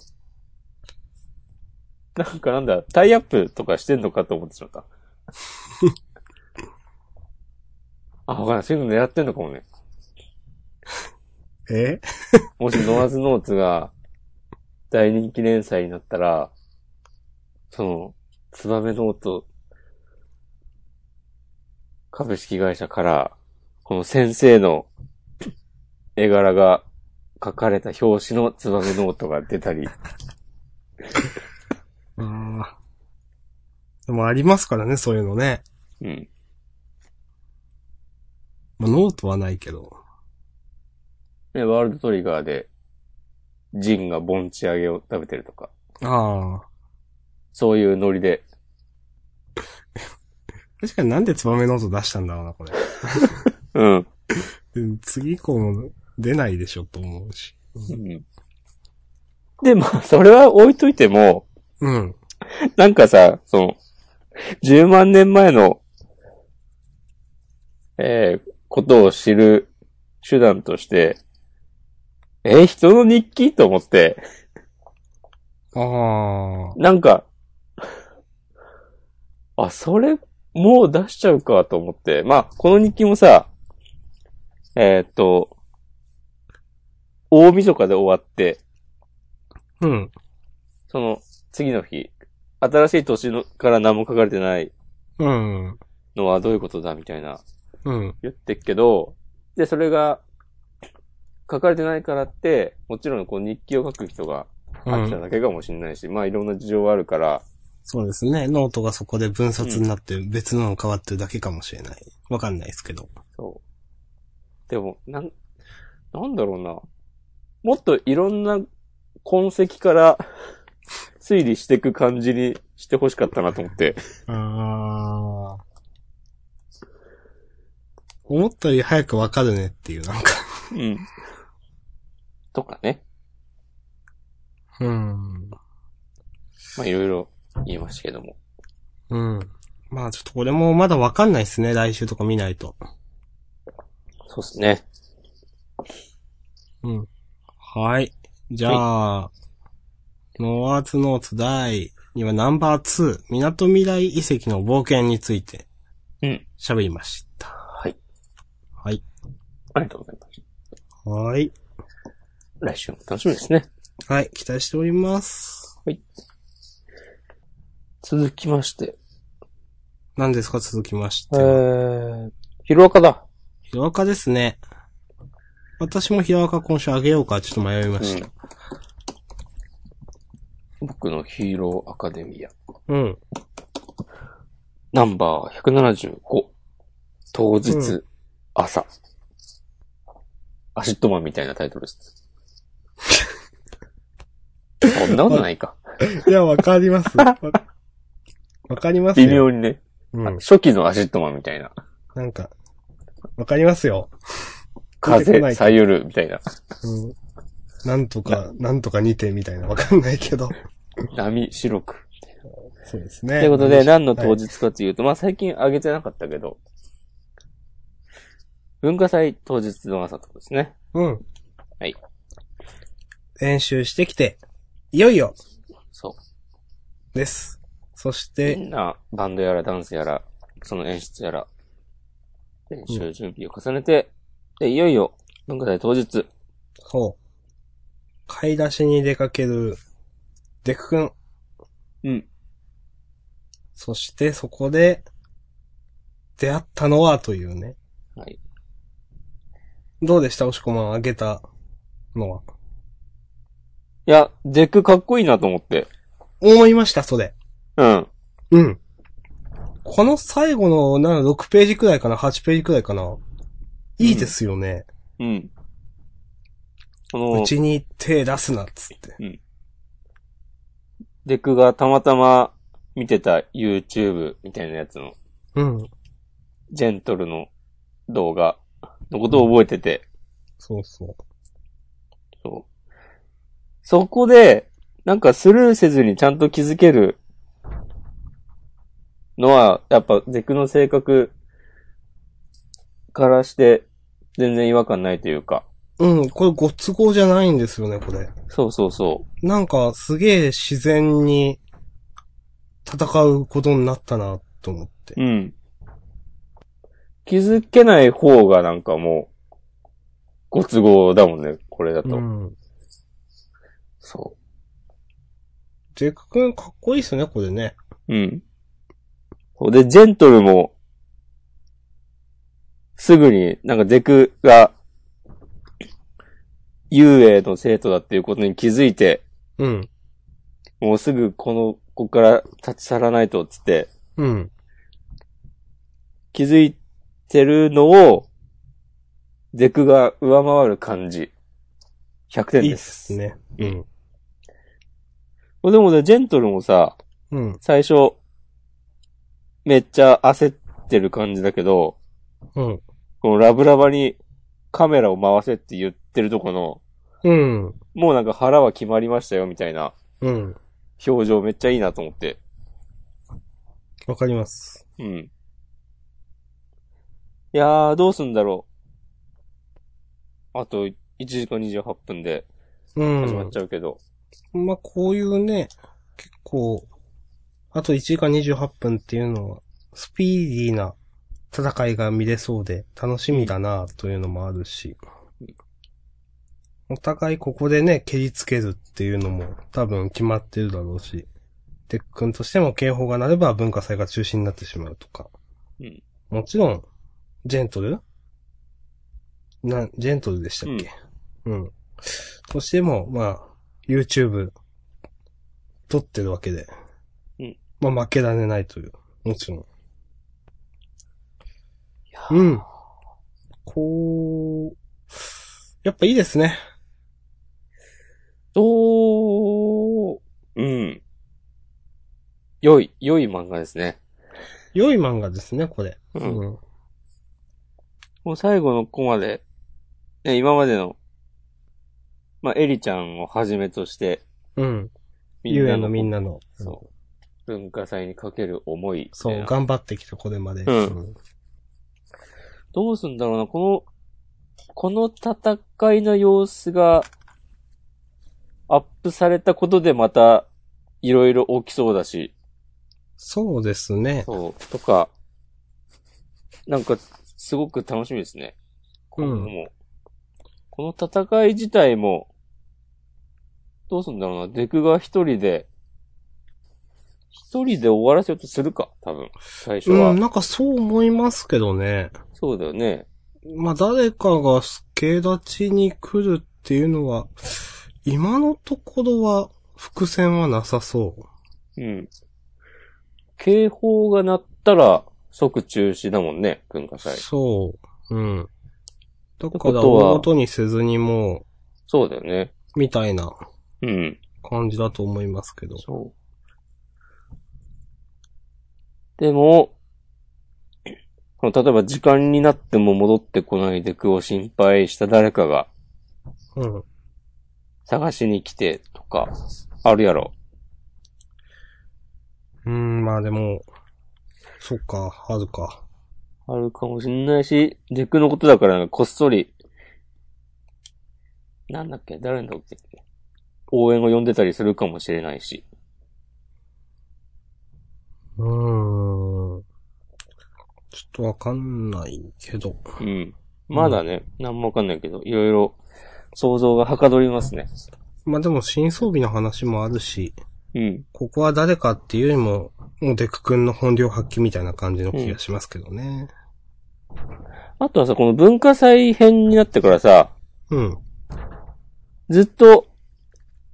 [SPEAKER 1] なんかなんだ、タイアップとかしてんのかと思ってしま った。あ、わかんない。そういうの狙ってんのかもね。
[SPEAKER 2] え
[SPEAKER 1] もしノアズノーツが大人気連載になったら、その、ツバメノート株式会社から、この先生の絵柄が書かれた表紙のツバメノートが出たり、
[SPEAKER 2] あーでもありますからね、そういうのね。
[SPEAKER 1] うん。
[SPEAKER 2] まあ、ノートはないけど。
[SPEAKER 1] ね、ワールドトリガーで、ジンが盆地揚げを食べてるとか、
[SPEAKER 2] ああ。
[SPEAKER 1] そういうノリで、
[SPEAKER 2] 確かになんでツバメノート出したんだろうな、これ。
[SPEAKER 1] うん。
[SPEAKER 2] で次以降も出ないでしょ、と思うし。
[SPEAKER 1] で、まあ、それは置いといても、
[SPEAKER 2] うん。
[SPEAKER 1] なんかさ、その、10万年前の、えーことを知る手段として、えー人の日記と思って、
[SPEAKER 2] ああ。
[SPEAKER 1] なんか、 あ、それ、もう出しちゃうかと思って。まあ、この日記もさ、えーっと、大晦日で終わって、
[SPEAKER 2] うん。
[SPEAKER 1] その次の日、新しい年のから何も書かれてない
[SPEAKER 2] うん。
[SPEAKER 1] のはどういうことだみたいな
[SPEAKER 2] うん。
[SPEAKER 1] 言ってっけど、で、それが書かれてないからって、もちろんこう日記を書く人が
[SPEAKER 2] う
[SPEAKER 1] あった
[SPEAKER 2] ん。
[SPEAKER 1] だけかもしれないし、まあいろんな事情があるから、
[SPEAKER 2] そうですね。ノートがそこで分冊になって別のの変わってるだけかもしれない。わかんないですけど。
[SPEAKER 1] そう。でも、なん、なんだろうな。もっといろんな痕跡から 推理していく感じにしてほしかったなと思って。
[SPEAKER 2] ああ。思ったより早くわかるねっていう、なんか。
[SPEAKER 1] うん。とかね。
[SPEAKER 2] うん。
[SPEAKER 1] まあいろいろ言いましたけども。
[SPEAKER 2] うん。まあちょっとこれもまだわかんないですね。来週とか見ないと。
[SPEAKER 1] そうっすね。
[SPEAKER 2] うん。はい。じゃあ、ノーアーツノーツ第にはナンバー2、港未来遺跡の冒険について
[SPEAKER 1] うん。。
[SPEAKER 2] 喋りました。はいはい。
[SPEAKER 1] ありがとうございます。
[SPEAKER 2] はい。
[SPEAKER 1] 来週も楽しみですね。
[SPEAKER 2] はい。期待しております。
[SPEAKER 1] 続きまして。
[SPEAKER 2] 何ですか続きまし
[SPEAKER 1] え
[SPEAKER 2] ては。
[SPEAKER 1] ー、ヒロアカだ。
[SPEAKER 2] ヒロアカですね。私もヒロアカ今週あげようかちょっと迷いました。
[SPEAKER 1] 僕のヒーローアカデミア。
[SPEAKER 2] うん。
[SPEAKER 1] ナンバー175。当日、朝。アシットマンみたいなタイトルで す。そんなことないか。
[SPEAKER 2] いや、わかります。わわかります
[SPEAKER 1] 微
[SPEAKER 2] よ。
[SPEAKER 1] 妙にね。
[SPEAKER 2] うん。
[SPEAKER 1] 初期のアシットマンみたいな。
[SPEAKER 2] なんか、わかりますよ。出てこな
[SPEAKER 1] 風、
[SPEAKER 2] い
[SPEAKER 1] さゆる、みたいな。
[SPEAKER 2] うん。なんとか、なんとか似てみたいな、わかんないけど。
[SPEAKER 1] 波、白く。
[SPEAKER 2] そうですね。
[SPEAKER 1] ということで、何の当日かというと、まあ最近あげてなかったけど、文化祭当日の朝ってことですね。
[SPEAKER 2] うん。
[SPEAKER 1] はい。
[SPEAKER 2] 練習してきて、いよいよ、
[SPEAKER 1] そう。
[SPEAKER 2] です。そし
[SPEAKER 1] み
[SPEAKER 2] て、
[SPEAKER 1] んな、バンドやらダンスやら、その演出やら、練習準備を重ねて、で、いよいよ、文化祭当日。
[SPEAKER 2] こう、買い出しに出かける、デク君。
[SPEAKER 1] うん。
[SPEAKER 2] そして、そこで、出会ったのは、というね。
[SPEAKER 1] はい。
[SPEAKER 2] どうでしたおしこまんあげたのは。
[SPEAKER 1] いや、デックかっこいいなと思って。
[SPEAKER 2] 思いました、それ。
[SPEAKER 1] うん。
[SPEAKER 2] うん。この最後の、な、6ページくらいかな、8ページくらいかな。いいですよね。
[SPEAKER 1] うん。こ
[SPEAKER 2] う
[SPEAKER 1] の、
[SPEAKER 2] ちに手出すな、っつって。
[SPEAKER 1] デックがたまたま見てた YouTube みたいなやつの、
[SPEAKER 2] うん。
[SPEAKER 1] ジェントルの動画のことを覚えてて、
[SPEAKER 2] そうそ
[SPEAKER 1] そう。そこで、なんかスルーせずにちゃんと気づけるのは、やっぱ、ゼクの性格からして、全然違和感ないというか。
[SPEAKER 2] う。うん、これご都合じゃないんですよね、これ。
[SPEAKER 1] そうそうそ
[SPEAKER 2] なんか、すげえ自然に戦うことになったな、と思って
[SPEAKER 1] う。。うん。気づけない方がなんかもう、ご都合だもんね、これだと。
[SPEAKER 2] うん。
[SPEAKER 1] そ
[SPEAKER 2] ジェック君かっこいいっすね、これね。
[SPEAKER 1] う。うん。そうで、ジェントルも、すぐになんかゼクが、遊泳の生徒だっていうことに気づいて、
[SPEAKER 2] うん。
[SPEAKER 1] もうすぐこの、ここから立ち去らないとっつって、
[SPEAKER 2] うん。
[SPEAKER 1] 気づいてるのを、ゼクが上回る感じ。100点
[SPEAKER 2] いい
[SPEAKER 1] で
[SPEAKER 2] っ
[SPEAKER 1] す。
[SPEAKER 2] すね。うん。
[SPEAKER 1] でもね、ジェントルもさ、
[SPEAKER 2] うん。
[SPEAKER 1] 最初、めっちゃ焦ってる感じだけど、
[SPEAKER 2] うん。
[SPEAKER 1] このラブラバにカメラを回せって言ってるとこの、
[SPEAKER 2] うん。
[SPEAKER 1] もうなんか腹は決まりましたよみたいな
[SPEAKER 2] うん。
[SPEAKER 1] 表情めっちゃいいなと思って。
[SPEAKER 2] わかります。
[SPEAKER 1] うん。いやー、どうすんだろう。あと1時間28分で
[SPEAKER 2] うん。
[SPEAKER 1] 始まっちゃうけど。
[SPEAKER 2] まあ、こういうね、結構、あと1時間28分っていうのは、スピーディーな戦いが見れそうで、楽しみだなというのもあるし、お互いここでね、蹴りつけるっていうのも多分決まってるだろうし、テック君としても警報が鳴れば文化祭が中止になってしまうとか。
[SPEAKER 1] うん
[SPEAKER 2] もちろん、ジェントルな、ジェントルでしたっけ、うん、としても、まあ、YouTube、撮ってるわけで。
[SPEAKER 1] うん
[SPEAKER 2] まあ、負けられないという。もちろん。
[SPEAKER 1] いや
[SPEAKER 2] うん。こう、やっぱいいですね。
[SPEAKER 1] どう、うん。良い、良い漫画ですね。
[SPEAKER 2] 良い漫画ですね、これ。
[SPEAKER 1] うん
[SPEAKER 2] うん。
[SPEAKER 1] もう最後の子まで、ね、今までの、まあ、エリちゃんをはじめとして、
[SPEAKER 2] うん。ゆうやのみん
[SPEAKER 1] な
[SPEAKER 2] なの。
[SPEAKER 1] そう。文化祭にかける思い。
[SPEAKER 2] そ
[SPEAKER 1] みた
[SPEAKER 2] う、
[SPEAKER 1] いな
[SPEAKER 2] 頑張ってきた、これまで。
[SPEAKER 1] うんどうすんだろうな、この、この戦いの様子が、アップされたことでまた、いろいろ起きそうだし、
[SPEAKER 2] そうですね。
[SPEAKER 1] そう、とか、なんか、すごく楽しみですね。
[SPEAKER 2] うん
[SPEAKER 1] 今後もこの戦い自体も、どうすんだろうな、デクが一人で、一人で終わらせようとするか、多分、最初は。
[SPEAKER 2] うん、なんかそう思いますけどね。
[SPEAKER 1] そうだよね。
[SPEAKER 2] まあ、誰かが助立ちに来るっていうのは、今のところは、伏線はなさそう。
[SPEAKER 1] うん。警報が鳴ったら、即中止だもんね、文化祭。
[SPEAKER 2] そう。うん。だ
[SPEAKER 1] て
[SPEAKER 2] か
[SPEAKER 1] こと
[SPEAKER 2] ら、
[SPEAKER 1] は
[SPEAKER 2] 大事にせずにも
[SPEAKER 1] そうだよね。
[SPEAKER 2] う、みたいな
[SPEAKER 1] うん。
[SPEAKER 2] 感じだと思いますけど。
[SPEAKER 1] そう。でも、この例えば時間になっても戻ってこないでクを心配した誰かが
[SPEAKER 2] うん。
[SPEAKER 1] 探しに来てとか、あるやろ。
[SPEAKER 2] うん、まあでも、そっか、あるか。
[SPEAKER 1] あるかもしんないし、デクのことだからなんかこっそり、なんだっけ、誰のことだっけ、応援を呼んでたりするかもしれないし。
[SPEAKER 2] うーん。ちょっとわかんないけど。
[SPEAKER 1] うん。まだね、なんもわかんないけど、いろいろ想像がはかどりますね。
[SPEAKER 2] まあでも、新装備の話もあるし、
[SPEAKER 1] うん。
[SPEAKER 2] ここは誰かっていうよりも、もうデク君の本領発揮みたいな感じの気がしますけどね。
[SPEAKER 1] あとはさ、この文化祭編になってからさ、
[SPEAKER 2] うん。
[SPEAKER 1] ずっと、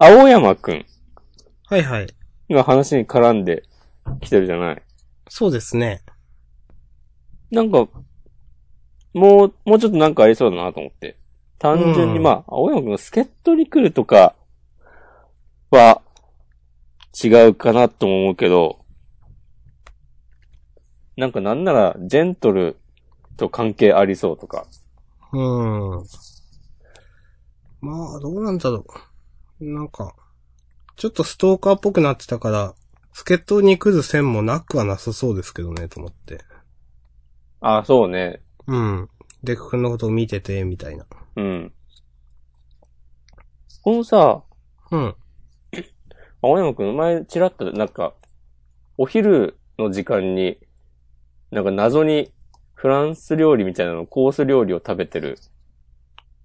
[SPEAKER 1] 青山くん
[SPEAKER 2] はいはい。
[SPEAKER 1] が話に絡んできてるじゃない。
[SPEAKER 2] そうですね。
[SPEAKER 1] なんか、もう、もうちょっとなんかありそうだなと思って。単純に
[SPEAKER 2] うん
[SPEAKER 1] まあ、青山くんが助っ人に来るとかは違うかなとも思うけど、なんかなんならジェントルと関係ありそうとか。
[SPEAKER 2] うん。まあ、どうなんだろう。なんか、ちょっとストーカーっぽくなってたから、助っ人に来る線もなくはなさそうですけどね、と思って。
[SPEAKER 1] あ、そうね。
[SPEAKER 2] うん。デク君のことを見てて、みたいな。
[SPEAKER 1] うん。このさ、
[SPEAKER 2] うん。
[SPEAKER 1] 青山くん、前、ちらっと、なんか、お昼の時間に、なんか謎に、フランス料理みたいなの、コース料理を食べてる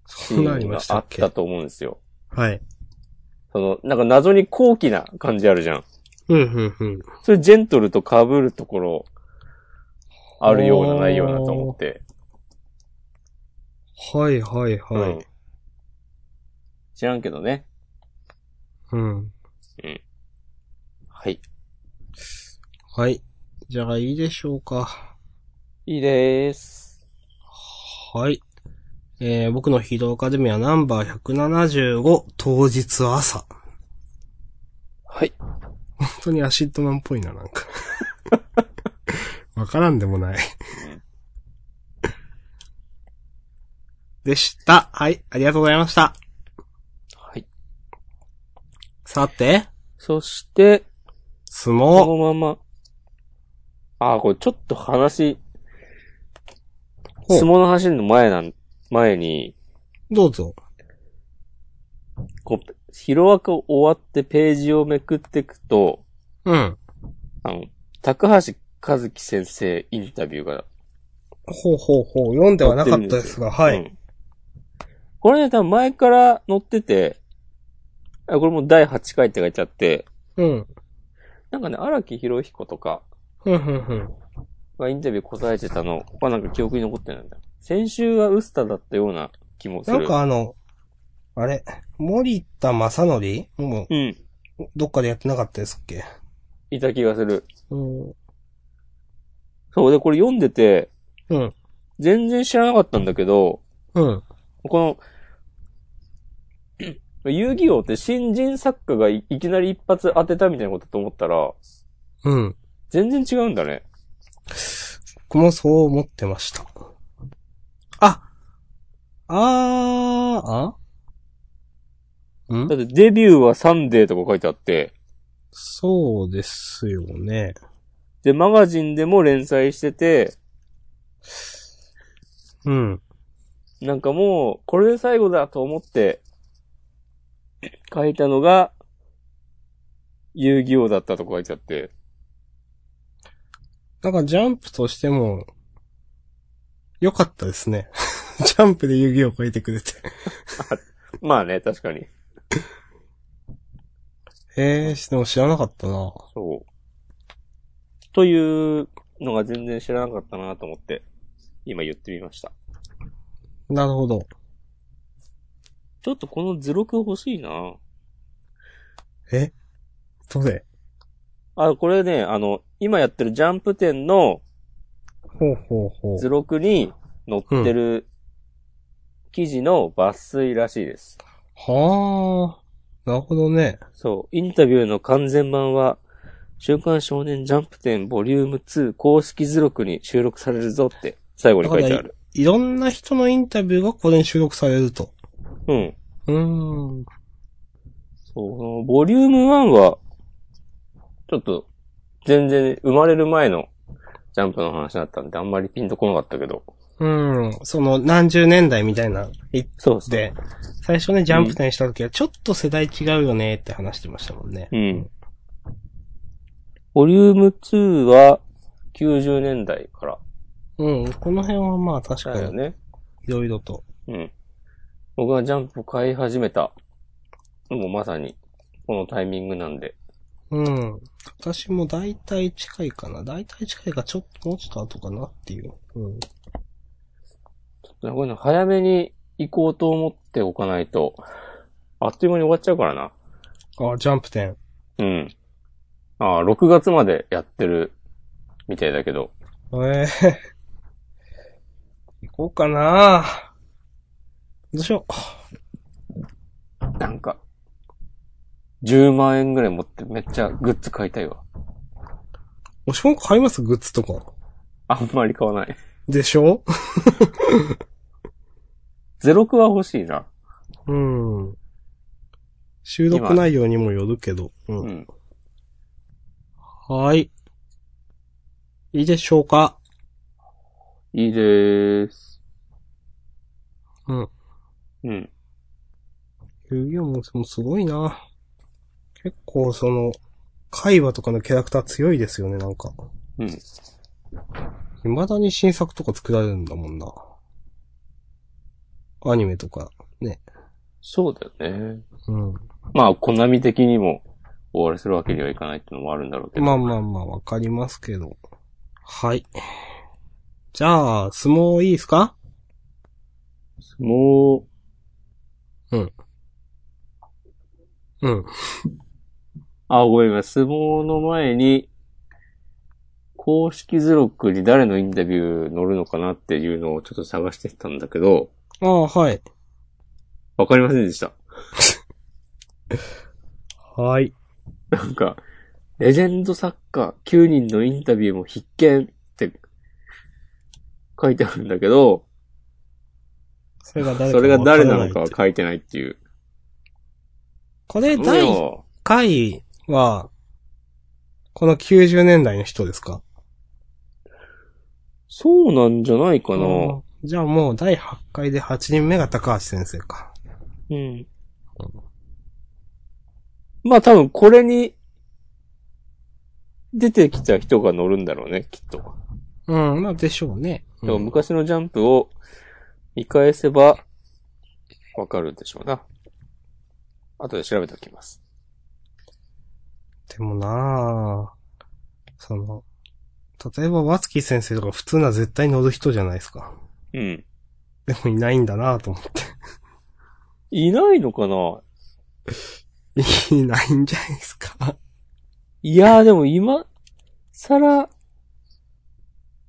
[SPEAKER 1] シ
[SPEAKER 2] そ
[SPEAKER 1] ー
[SPEAKER 2] うなり
[SPEAKER 1] ン
[SPEAKER 2] ま
[SPEAKER 1] が
[SPEAKER 2] した
[SPEAKER 1] あっ
[SPEAKER 2] っけ
[SPEAKER 1] たと思うんですよ。
[SPEAKER 2] はい。
[SPEAKER 1] その、なんか謎に高貴な感じあるじゃん。
[SPEAKER 2] うん、うん、うん。
[SPEAKER 1] それジェントルと被るところ、あるようなないようなと思って。
[SPEAKER 2] はい、はい、は
[SPEAKER 1] うん
[SPEAKER 2] い。
[SPEAKER 1] 知らんけどね。
[SPEAKER 2] うん。
[SPEAKER 1] はい。
[SPEAKER 2] はい。じゃあ、いいでしょうか。
[SPEAKER 1] いいでーす。
[SPEAKER 2] はい。えー、僕のヒーローアカデミアナンバー175、当日朝。
[SPEAKER 1] はい。
[SPEAKER 2] 本当にアシッドマンっぽいな、なんか。わからんでもない。でした。はい、ありがとうございました。
[SPEAKER 1] はい。
[SPEAKER 2] さて、
[SPEAKER 1] そして、
[SPEAKER 2] 相
[SPEAKER 1] こ
[SPEAKER 2] 撲。
[SPEAKER 1] のまま。あー、これちょっと話、
[SPEAKER 2] ほう
[SPEAKER 1] 相撲の話の前なん、前に、
[SPEAKER 2] どうぞ。
[SPEAKER 1] こう、ヒロアカ終わってページをめくっていくと、
[SPEAKER 2] うん。
[SPEAKER 1] あの、高橋和樹先生インタビューが。
[SPEAKER 2] ほうほうほう、読んではなかったですが、は
[SPEAKER 1] う
[SPEAKER 2] い。
[SPEAKER 1] んこれね、多分前から載ってて、あこれもう第8回って書いてあって、
[SPEAKER 2] うん。
[SPEAKER 1] なんかね、荒木博彦とか
[SPEAKER 2] ふんふんふん。
[SPEAKER 1] がインタビュー答えてたのはなんか記憶に残ってないんだ。先週はウスタだったような気もす
[SPEAKER 2] な
[SPEAKER 1] る。
[SPEAKER 2] んかあの、あれ、森田正則も
[SPEAKER 1] うん。
[SPEAKER 2] う、どっかでやってなかったですっけ
[SPEAKER 1] いた気がする。
[SPEAKER 2] うん。
[SPEAKER 1] そう、で、これ読んでて、
[SPEAKER 2] うん。
[SPEAKER 1] 全然知らなかったんだけど、
[SPEAKER 2] うん。
[SPEAKER 1] この、 遊戯王って新人作家がいいきなり一発当てたみたいなことと思ったら、
[SPEAKER 2] うん。
[SPEAKER 1] 全然違うんだね。
[SPEAKER 2] 僕もそう思ってました。ああーあん
[SPEAKER 1] だってデビューはサンデーとか書いてあって、
[SPEAKER 2] そうですよね。
[SPEAKER 1] で、マガジンでも連載してて、
[SPEAKER 2] うん。
[SPEAKER 1] なんかもう、これで最後だと思って、書いたのが、遊戯王だったとか書いてあって、
[SPEAKER 2] なんかジャンプとしても、良かったですね。 ジャンプで遊戯を超えてくれて。
[SPEAKER 1] まあね、確かに。
[SPEAKER 2] ええー、でも知らなかったな。
[SPEAKER 1] そう。というのが全然知らなかったなと思って、今言ってみました。
[SPEAKER 2] なるほど。
[SPEAKER 1] ちょっとこの図録欲しいな
[SPEAKER 2] どれ
[SPEAKER 1] あ、これね、あの、今やってるジャンプ展の
[SPEAKER 2] ほうほうほう
[SPEAKER 1] 図。録に載ってる記事の抜粋らしいです。
[SPEAKER 2] はあ、なるほどね。
[SPEAKER 1] そう。インタビューの完全版は、週刊少年ジャンプ展ボリューム2公式図録に収録されるぞって最後に書いてある。
[SPEAKER 2] いろんな人のインタビューがここに収録されると。
[SPEAKER 1] うん。
[SPEAKER 2] うーん。
[SPEAKER 1] そう、そのボリューム1は、ちょっと、全然生まれる前のジャンプの話だったんで、あんまりピンとこなかったけど。
[SPEAKER 2] うん。その、何十年代みたいな、い
[SPEAKER 1] そうですね。
[SPEAKER 2] で、最初ね、ジャンプ展した時は、ちょっと世代違うよねって話してましたもんね。
[SPEAKER 1] うん。ボリューム2は90年代から
[SPEAKER 2] うん。この辺はまあ確か
[SPEAKER 1] だよ
[SPEAKER 2] に、
[SPEAKER 1] ね。
[SPEAKER 2] いろいろと。
[SPEAKER 1] うん。僕がジャンプを買い始めた、もうまさに、このタイミングなんで。
[SPEAKER 2] うん。私も大体近いかな。大体近いか、ちょっと、もうちょっと後かなっていう。うん。
[SPEAKER 1] こういうの早めに行こうと思っておかないと、あっという間に終わっちゃうからな。
[SPEAKER 2] あ、ジャンプ展。
[SPEAKER 1] うん。ああ、6月までやってるみたいだけど。
[SPEAKER 2] え え行こうかなどうしよ
[SPEAKER 1] なんか、10万円ぐらい持ってめっちゃグッズ買いたいわ。
[SPEAKER 2] う。おしも買いますグッズとか。
[SPEAKER 1] あんまり買わない。
[SPEAKER 2] でしょ
[SPEAKER 1] 06は欲しいな。
[SPEAKER 2] うん。収録内容にもよるけど。う。
[SPEAKER 1] うんん。
[SPEAKER 2] はい。いいでしょうか
[SPEAKER 1] いいでーす。
[SPEAKER 2] うん。
[SPEAKER 1] うん。
[SPEAKER 2] 遊戯王ももすごいな結構その、会話とかのキャラクター強いですよね、なんか。
[SPEAKER 1] うん。
[SPEAKER 2] 未だに新作とか作られるんだもんな。アニメとか、ね。
[SPEAKER 1] そうだよね。
[SPEAKER 2] うん。
[SPEAKER 1] まあ、コナミ的にも終わらせるわけにはいかないってのもあるんだろうけど。
[SPEAKER 2] まあまあまあ、わかりますけど。はい。じゃあ、相撲いいですか
[SPEAKER 1] もう。
[SPEAKER 2] うん。うん。
[SPEAKER 1] あ、ごめんごめん。相撲の前に、公式図録に誰のインタビュー載るのかなっていうのをちょっと探してたんだけど、
[SPEAKER 2] ああ、はい。
[SPEAKER 1] わかりませんでした。
[SPEAKER 2] はい。
[SPEAKER 1] なんか、レジェンド作家9人のインタビューも必見って書いてあるんだけど、
[SPEAKER 2] それが誰
[SPEAKER 1] それが誰なのかは
[SPEAKER 2] わらい
[SPEAKER 1] 書いてないっていう。
[SPEAKER 2] これ、
[SPEAKER 1] そう
[SPEAKER 2] 第1
[SPEAKER 1] よ
[SPEAKER 2] 回は、この90年代の人ですか
[SPEAKER 1] そうなんじゃないか
[SPEAKER 2] あ
[SPEAKER 1] な。
[SPEAKER 2] ーじゃあもう第8回で8人目が高橋先生か。
[SPEAKER 1] うん。まあ多分これに出てきた人が乗るんだろうね、きっと。
[SPEAKER 2] うん、まあでしょうね。
[SPEAKER 1] でも
[SPEAKER 2] うん
[SPEAKER 1] 昔のジャンプを見返せばわかるでしょうな。後で調べておきます。
[SPEAKER 2] でもなぁ、その、例えばワツキー先生とか普通なら絶対乗る人じゃないですか。
[SPEAKER 1] うん。
[SPEAKER 2] でもいないんだなぁと思って。
[SPEAKER 1] いないのかない
[SPEAKER 2] ないんじゃないですか。
[SPEAKER 1] いやーでも今、さら、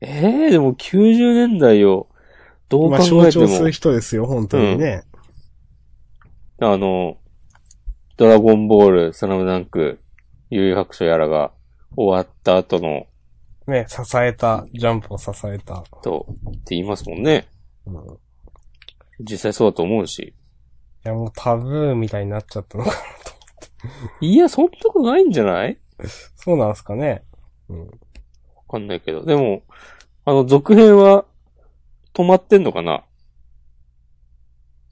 [SPEAKER 1] えー、でも90年代を、どう
[SPEAKER 2] まあ、
[SPEAKER 1] 考
[SPEAKER 2] 象
[SPEAKER 1] えて
[SPEAKER 2] 徴
[SPEAKER 1] も、
[SPEAKER 2] する人ですよ、本当にね。
[SPEAKER 1] あの、ドラゴンボール、サラムダンク、悠々白書やらが終わった後の、
[SPEAKER 2] ね、支えた、ジャンプを支えた。
[SPEAKER 1] と、って言いますもんね。
[SPEAKER 2] うん、い
[SPEAKER 1] 実際そうだと思うし。
[SPEAKER 2] や、もうタブーみたいになっちゃったのかな と。
[SPEAKER 1] いや、そんなことないんじゃない
[SPEAKER 2] そうなんですかね。うん。
[SPEAKER 1] わかんないけど。でも、あの、続編は、止まってんのかな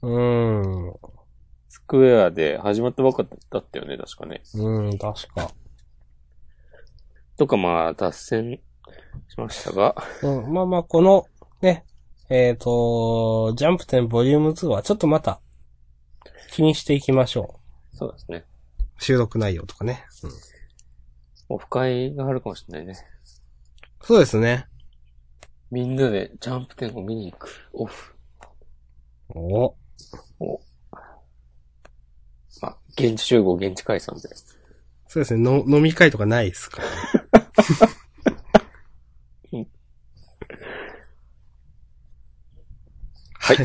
[SPEAKER 2] うん。
[SPEAKER 1] スクエアで始まったばっかだったよね、確かね。
[SPEAKER 2] うん、確か。
[SPEAKER 1] とか、まあ、達成しましたが。
[SPEAKER 2] うん、まあまあ、この、ね、えっ、と、ジャンプ10ボリューム2はちょっとまた、気にしていきましょ
[SPEAKER 1] そうですね。
[SPEAKER 2] う。収録内容とかね。うん、
[SPEAKER 1] オフ会があるかもしれないね。
[SPEAKER 2] そうですね。
[SPEAKER 1] みんなでジャンプ展を見に行く。オフ。
[SPEAKER 2] お
[SPEAKER 1] まあ、現地集合、現地解散で。
[SPEAKER 2] そうですね。の、飲み会とかないですか
[SPEAKER 1] はい。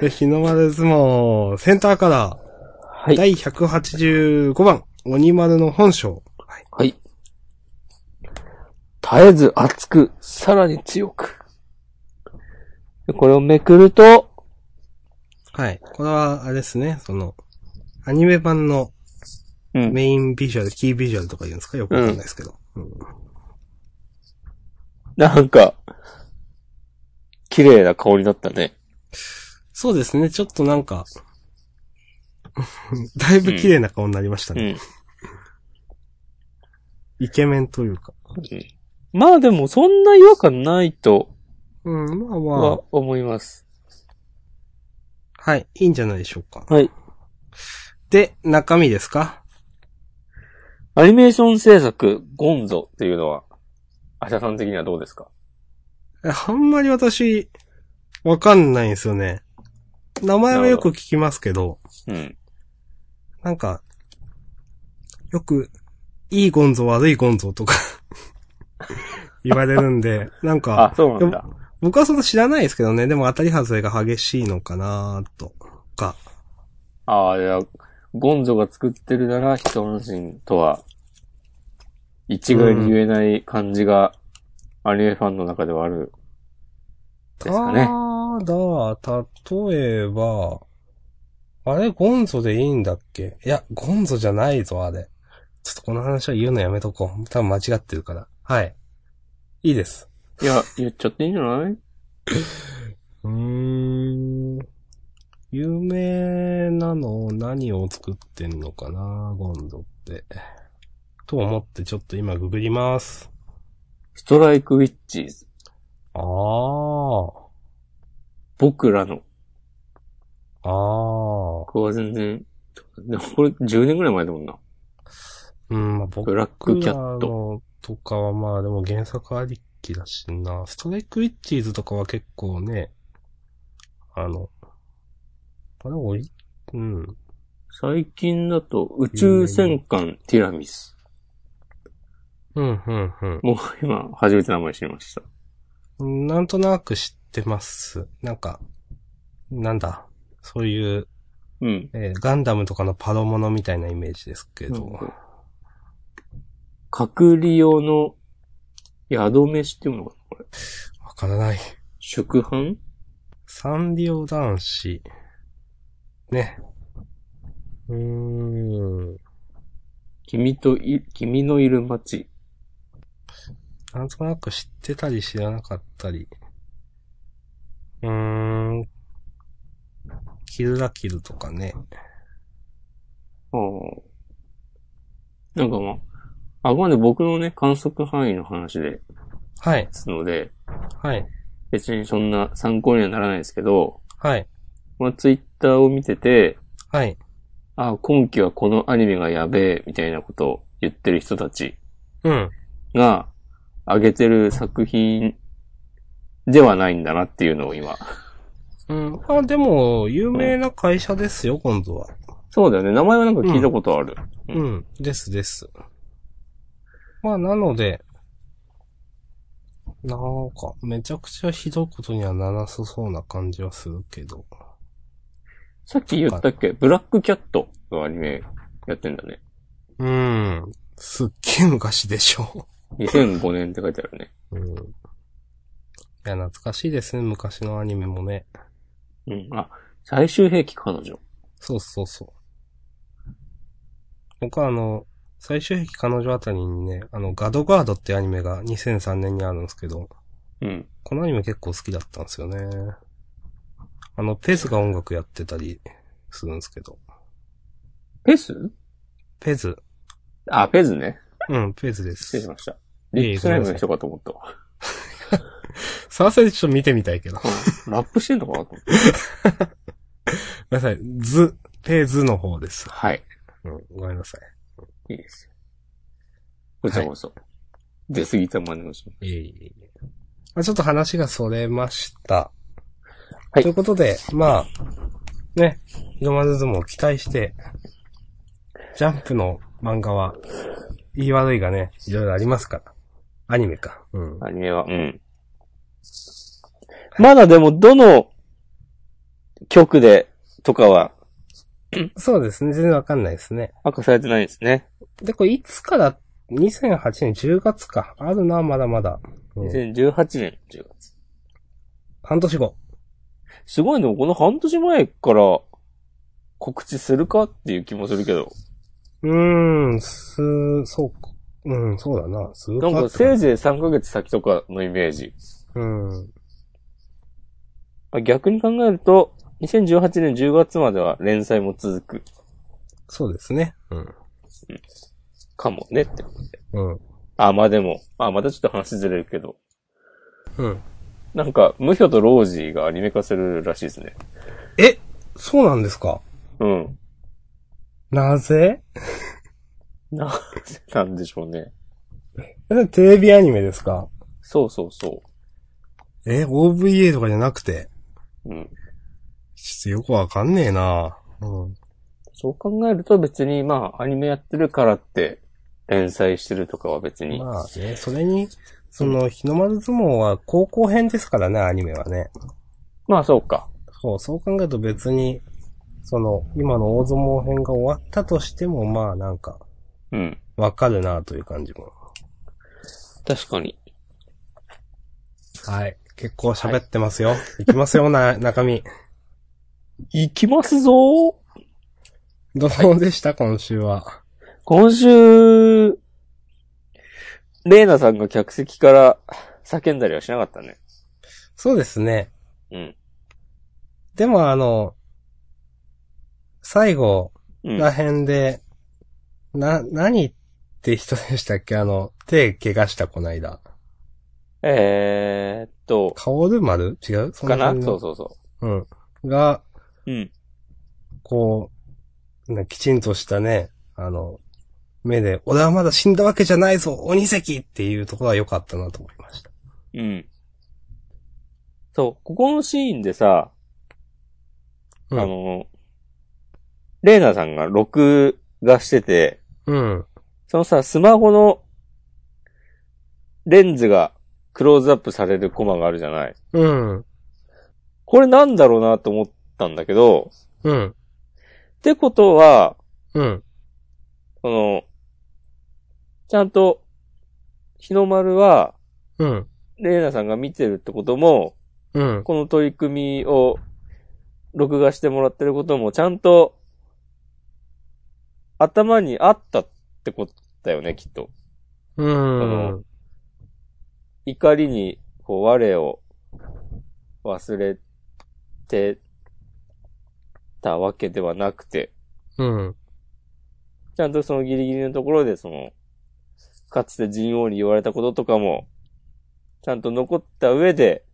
[SPEAKER 2] で、日の丸相撲、センターから、
[SPEAKER 1] はい。
[SPEAKER 2] 第185番、鬼丸の本性。
[SPEAKER 1] はい。絶えず熱く、さらに強く。でこれをめくると、
[SPEAKER 2] はい。これは、あれですね、その、アニメ版の
[SPEAKER 1] うん
[SPEAKER 2] メインビジュアル、キービジュアルとか言うんですかよくわかんないですけど。うん
[SPEAKER 1] なんか、綺麗な顔になったね。
[SPEAKER 2] そうですね、ちょっとなんか、 だいぶ綺麗な顔になりました
[SPEAKER 1] う
[SPEAKER 2] ね。
[SPEAKER 1] ん。
[SPEAKER 2] イケメンというか。
[SPEAKER 1] まあでも、そんな違和感ないと
[SPEAKER 2] うん、まあまあ
[SPEAKER 1] は、思います。
[SPEAKER 2] はい、いいんじゃないでしょうか。
[SPEAKER 1] はい。
[SPEAKER 2] で、中身ですか
[SPEAKER 1] アニメーション制作、ゴンゾっていうのは、アシャさん的にはどうですか
[SPEAKER 2] えあんまり私、わかんないんですよね。名前はよく聞きますけど、
[SPEAKER 1] うん。
[SPEAKER 2] なんか、よく、いいゴンゾ、悪いゴンゾとか、 言われるんで、なん
[SPEAKER 1] あ
[SPEAKER 2] か、、
[SPEAKER 1] そうなんだ。
[SPEAKER 2] 僕はその知らないですけどね、でも当たり外れが激しいのかなとか、
[SPEAKER 1] ああ、いや、ゴンゾが作ってるなら、人の人とは、一概に言えない感じが、アニメファンの中ではある。ですかね
[SPEAKER 2] ただ、例えば、あれ、ゴンゾでいいんだっけいや、ゴンゾじゃないぞ、あれ。ちょっとこの話は言うのやめとこう。多分間違ってるから。はい。いいです。
[SPEAKER 1] いや、言っちゃっていいんじゃないう
[SPEAKER 2] ーん。有名なの何を作ってんのかなゴンゾって。と思ってちょっと今ググります。
[SPEAKER 1] ストライクウィッチーズ。
[SPEAKER 2] あー。
[SPEAKER 1] 僕らの。
[SPEAKER 2] あー。
[SPEAKER 1] 僕は全然、でもこれ10年ぐらい前だもんな。
[SPEAKER 2] うん、まあ、僕
[SPEAKER 1] ブラックキャット。
[SPEAKER 2] ト。とかはまあでも原作ありきだしな。ストライクウィッチーズとかは結構ね、あの、あれおい、うん。
[SPEAKER 1] 最近だと、宇宙戦艦ティラミス。
[SPEAKER 2] うん、うん、
[SPEAKER 1] もう今、初めて名前知りました。
[SPEAKER 2] うん。なんとなく知ってます。なんか、なんだ。そういう、
[SPEAKER 1] うん。
[SPEAKER 2] えーガンダムとかのパロモノみたいなイメージですけど。
[SPEAKER 1] 隔離用の宿飯っていうのかなこれ。
[SPEAKER 2] わからない。
[SPEAKER 1] 宿飯
[SPEAKER 2] サンリオ男子。ね。うーん。
[SPEAKER 1] 君とい、君のいる街。
[SPEAKER 2] なんとなく知ってたり知らなかったり。うーん。キルラキルとかね。
[SPEAKER 1] ああ。なんかまあ、あくまで僕のね、観測範囲の話で
[SPEAKER 2] はい、
[SPEAKER 1] すので、
[SPEAKER 2] はい、
[SPEAKER 1] 別にそんな参考にはならないですけど、
[SPEAKER 2] はい、
[SPEAKER 1] まあ、ツイッターを見てて、
[SPEAKER 2] はい。
[SPEAKER 1] あ、今期はこのアニメがやべえ、みたいなことを言ってる人たち
[SPEAKER 2] うん。
[SPEAKER 1] が、上げてる作品ではないんだなっていうのを今。
[SPEAKER 2] うん。あ、でも、有名な会社ですよ、今度は。
[SPEAKER 1] そうだよね。名前はなんか聞いたことある。
[SPEAKER 2] うん。ですです。まあ、なので、なんか、めちゃくちゃひどいことにはならさそうな感じはするけど。
[SPEAKER 1] さっき言ったっけブラックキャットのアニメやってんだね。
[SPEAKER 2] うん。すっげえ昔でしょ。
[SPEAKER 1] 2005年って書いてあるね。
[SPEAKER 2] うん。いや、懐かしいですね、昔のアニメもね。
[SPEAKER 1] うん。あ、最終兵器彼女。
[SPEAKER 2] そうそうそう。僕はあの、最終兵器彼女あたりにね、あの、ガドガードってアニメが2003年にあるんですけど、
[SPEAKER 1] うん。
[SPEAKER 2] このアニメ結構好きだったんですよね。あの、ペズが音楽やってたりするんですけど。
[SPEAKER 1] ペス
[SPEAKER 2] ペズ。
[SPEAKER 1] あ、ペズね。
[SPEAKER 2] うん、ペズで
[SPEAKER 1] 失礼し
[SPEAKER 2] す。
[SPEAKER 1] ました。
[SPEAKER 2] いえいえ
[SPEAKER 1] リップスライムの人かと思ったわ。
[SPEAKER 2] さあさあちょっと見てみたいけど。ご
[SPEAKER 1] ラップしてんのかなと思って。
[SPEAKER 2] めんなさい。ズ、ペズの方です。
[SPEAKER 1] はい。
[SPEAKER 2] うん、ごめんなさい。
[SPEAKER 1] いいですよ。こちらこそ。出過ぎた真似をします。
[SPEAKER 2] いえいえいえ。まあ、ちょっと話がそれました。
[SPEAKER 1] はい
[SPEAKER 2] ということで、まあ、ね、ひどまず相撲を期待して、ジャンプの漫画は、言い悪いがね、いろいろありますから。アニメか。うん。
[SPEAKER 1] アニメは。うん。まだでも、どの曲でとかは
[SPEAKER 2] そうですね。全然わかんないですね。
[SPEAKER 1] 明かされてないんですね。
[SPEAKER 2] で、これいつから、2008年10月か。あるな、まだまだ。うん、
[SPEAKER 1] 2018年10月。
[SPEAKER 2] 半年後。
[SPEAKER 1] すごいでもこの半年前から告知するかっていう気もするけど。
[SPEAKER 2] うーん、す、そうか。うん、そうだな。す
[SPEAKER 1] なんかせいぜい3ヶ月先とかのイメージ。
[SPEAKER 2] うん。
[SPEAKER 1] あ逆に考えると、2018年10月までは連載も続く
[SPEAKER 2] そうですね。うん。
[SPEAKER 1] かもねってことで。
[SPEAKER 2] うん。
[SPEAKER 1] あ、まあでも、あ、またちょっと話ずれるけど。
[SPEAKER 2] うん。
[SPEAKER 1] なんか、無表とロージーがアニメ化するらしいですね。
[SPEAKER 2] え、そうなんですか
[SPEAKER 1] うん。
[SPEAKER 2] なぜ
[SPEAKER 1] な、 なんでしょうね。
[SPEAKER 2] えテレビアニメですか
[SPEAKER 1] そうそうそ
[SPEAKER 2] え、OVA とかじゃなくて。
[SPEAKER 1] う。うん。
[SPEAKER 2] ちょっとよくわかんねえなうん。
[SPEAKER 1] そう考えると別に、まあ、アニメやってるからって、連載してるとかは別に。
[SPEAKER 2] まあね、それに、その、日の丸相撲は高校編ですからね、アニメはね。
[SPEAKER 1] まあ、そうか。
[SPEAKER 2] そう、そう考えると別に、その、今の大相撲編が終わったとしても、まあなんか、
[SPEAKER 1] うん。
[SPEAKER 2] わかるなという感じも。
[SPEAKER 1] 確かに。
[SPEAKER 2] はい。結構喋ってますよ。い、きますよ、な、 中身。
[SPEAKER 1] 行きますぞー
[SPEAKER 2] どうでした、今週は。
[SPEAKER 1] 今週、レイナさんが客席から叫んだりはしなかったね。
[SPEAKER 2] そうですね。
[SPEAKER 1] うん。
[SPEAKER 2] でもあの、最後
[SPEAKER 1] うん。
[SPEAKER 2] ら辺で、な、何って人でしたっけあの、手怪我したこないだ。
[SPEAKER 1] えーっと、
[SPEAKER 2] カオル丸違うそん
[SPEAKER 1] かな
[SPEAKER 2] 感じ
[SPEAKER 1] そ
[SPEAKER 2] の
[SPEAKER 1] うそうそ
[SPEAKER 2] うん。が、
[SPEAKER 1] う。うん。
[SPEAKER 2] こう、ね、きちんとしたね、あの、目で、俺はまだ死んだわけじゃないぞ鬼関っていうところは良かったなと思いました。
[SPEAKER 1] うん。そう、ここのシーンでさ、
[SPEAKER 2] うん
[SPEAKER 1] あの、レイナさんが録画してて、
[SPEAKER 2] うん。
[SPEAKER 1] そのさ、スマホのレンズがクローズアップされるコマがあるじゃない。
[SPEAKER 2] うん。
[SPEAKER 1] これなんだろうなと思ったんだけど、
[SPEAKER 2] うん。
[SPEAKER 1] ってことは、
[SPEAKER 2] うん。
[SPEAKER 1] その、ちゃんと、日の丸は、
[SPEAKER 2] うん。
[SPEAKER 1] レイナさんが見てるってことも、
[SPEAKER 2] うん。
[SPEAKER 1] この取り組みを録画してもらってることもちゃんと頭にあったってことだよね、きっと。
[SPEAKER 2] うん。
[SPEAKER 1] 怒りにこう我を忘れてたわけではなくて、
[SPEAKER 2] うん。
[SPEAKER 1] ちゃんとそのギリギリのところでその、かつて人王に言われたこととかも、ちゃんと残った上で、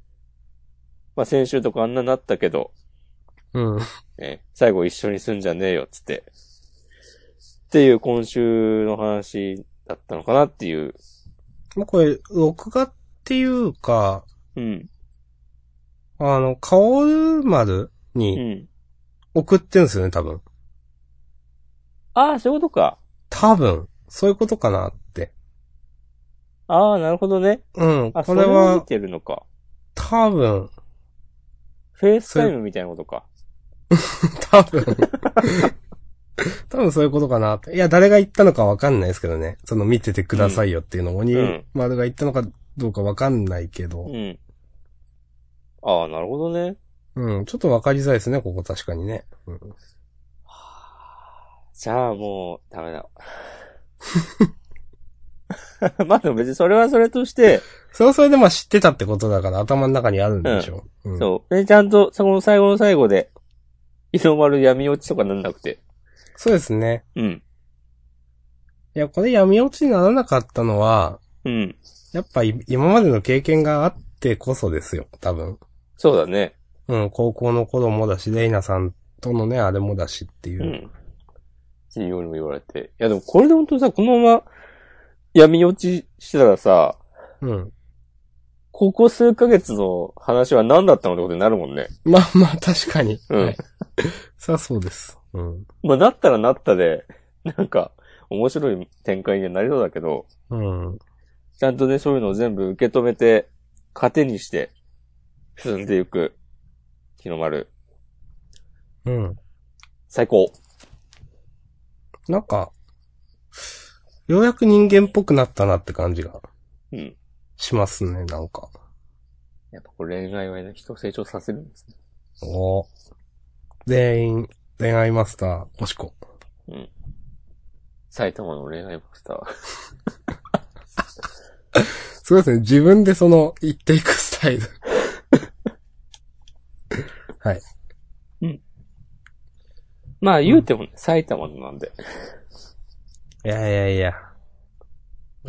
[SPEAKER 1] まあ先週とかあんななったけど、
[SPEAKER 2] うん。
[SPEAKER 1] ね、最後一緒にすんじゃねえよ、つって。っていう今週の話だったのかなっていう。
[SPEAKER 2] もうこれ、録画っていうか、
[SPEAKER 1] うん。
[SPEAKER 2] あの、カオル丸
[SPEAKER 1] う
[SPEAKER 2] に
[SPEAKER 1] ん。
[SPEAKER 2] 送ってんですよね、多分。
[SPEAKER 1] ああ、そういうことか。
[SPEAKER 2] 多分、そういうことかなって。
[SPEAKER 1] ああ、なるほどね。
[SPEAKER 2] うん、
[SPEAKER 1] あ、
[SPEAKER 2] こ
[SPEAKER 1] そ
[SPEAKER 2] れ
[SPEAKER 1] れは見
[SPEAKER 2] は、
[SPEAKER 1] てるのか。
[SPEAKER 2] 多分、
[SPEAKER 1] フェイスタイムみたいなことか。
[SPEAKER 2] 多分、多分そういうことかなって。いや、誰が言ったのかわかんないですけどね。その見ててくださいよっていうのを鬼
[SPEAKER 1] うん
[SPEAKER 2] 丸が言ったのかどうかわかんないけど。
[SPEAKER 1] うん。ああ、なるほどね。
[SPEAKER 2] うん、ちょっとわかりづらいですね、ここ確かにね。うん、
[SPEAKER 1] じゃあもう、ダメだ。 まあでも別にそれはそれとして、
[SPEAKER 2] それはそれでまあ知ってたってことだから頭の中にあるんでしょ。うん
[SPEAKER 1] そう。で、ちゃんと、そこの最後の最後で、日の丸闇落ちとかなんなくて。
[SPEAKER 2] そうですね。
[SPEAKER 1] うん。
[SPEAKER 2] いや、これ闇落ちにならなかったのは、
[SPEAKER 1] うん。
[SPEAKER 2] やっぱい今までの経験があってこそですよ、多分。
[SPEAKER 1] そうだね。
[SPEAKER 2] うん、高校の頃もだし、レイナさんとのね、あれもだしっていうう。
[SPEAKER 1] ん。っていうようにも言われて。いやでもこれで本当にさ、このまま闇落ちしてたらさ、
[SPEAKER 2] うん。
[SPEAKER 1] ここ数ヶ月の話は何だったのってことになるもんね。
[SPEAKER 2] まあまあ、確かに。
[SPEAKER 1] うん
[SPEAKER 2] はい。さあ、そうです。うん。
[SPEAKER 1] まあなったらなったで、なんか、面白い展開にはなりそうだけど、
[SPEAKER 2] うん。
[SPEAKER 1] ちゃんとね、そういうのを全部受け止めて、糧にして、進んでいく、日の丸。
[SPEAKER 2] うん。
[SPEAKER 1] 最高。
[SPEAKER 2] なんか、ようやく人間っぽくなったなって感じが
[SPEAKER 1] うん。
[SPEAKER 2] しますね、なんか。
[SPEAKER 1] やっぱこれ恋愛はね、人を成長させるんですね。
[SPEAKER 2] お全員、恋愛マスター、コシコ。
[SPEAKER 1] 埼玉の恋愛マスター。
[SPEAKER 2] そうですね、自分でその、言っていくスタイル。はい。
[SPEAKER 1] まあ言うてもね、埼玉のなんで。
[SPEAKER 2] いやいやいや。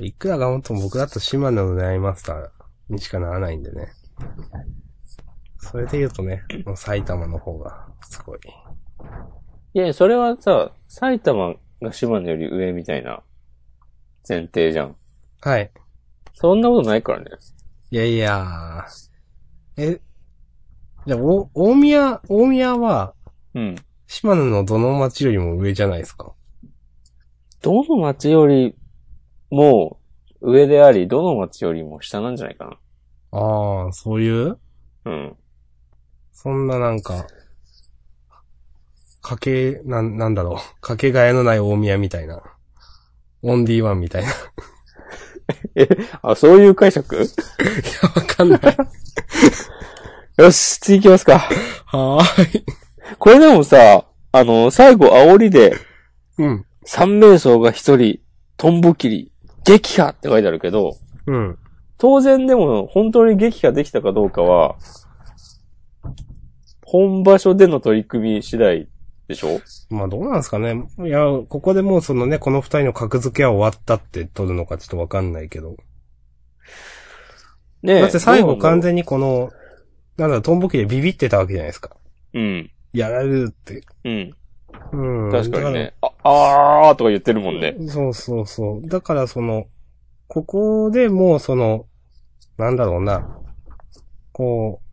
[SPEAKER 2] いくら頑張っても僕だと島根の狙いマスターにしかならないんでね。それで言うとね、もう埼玉の方が、すごい。
[SPEAKER 1] いやいや、それはさ、埼玉が島根より上みたいな前提じゃん。
[SPEAKER 2] はい。
[SPEAKER 1] そんなことないからね。
[SPEAKER 2] いやいやえ、じゃあ、お、大宮、大宮は、
[SPEAKER 1] うん。
[SPEAKER 2] 島根のどの町よりも上じゃないですか。
[SPEAKER 1] どの町よりも上であり、どの町よりも下なんじゃないか
[SPEAKER 2] ああ、そういう
[SPEAKER 1] な。うん。
[SPEAKER 2] そんななんか、かけ、なん、なんだろう。かけがえのない大宮みたいな。オンディーワンみたいな。い
[SPEAKER 1] あ、そういう解釈
[SPEAKER 2] や、わかんない。
[SPEAKER 1] よし、次行きますか。
[SPEAKER 2] はーい。
[SPEAKER 1] これでもさ、あの、最後煽りで、
[SPEAKER 2] うん。
[SPEAKER 1] 三名相が一人、トンボ切り、撃破って書いてあるけど、
[SPEAKER 2] うん。
[SPEAKER 1] 当然でも本当に撃破できたかどうかは、本場所での取り組み次第でしょ
[SPEAKER 2] まあどうなんですかね。いや、ここでもうそのね、この二人の格付けは終わったって取るのかちょっとわかんないけど。
[SPEAKER 1] ねえ
[SPEAKER 2] だって最
[SPEAKER 1] ど
[SPEAKER 2] 後
[SPEAKER 1] うなん
[SPEAKER 2] 完
[SPEAKER 1] だろ
[SPEAKER 2] 全にこの、なんだろう、トンボキでビビってたわけじゃないですか。
[SPEAKER 1] ううん。
[SPEAKER 2] やられるって。
[SPEAKER 1] うん。
[SPEAKER 2] うん。
[SPEAKER 1] 確かにね。あ、あーとか言ってるもんね。
[SPEAKER 2] そうそうそう。だからその、ここでもうその、なんだろうな、こう、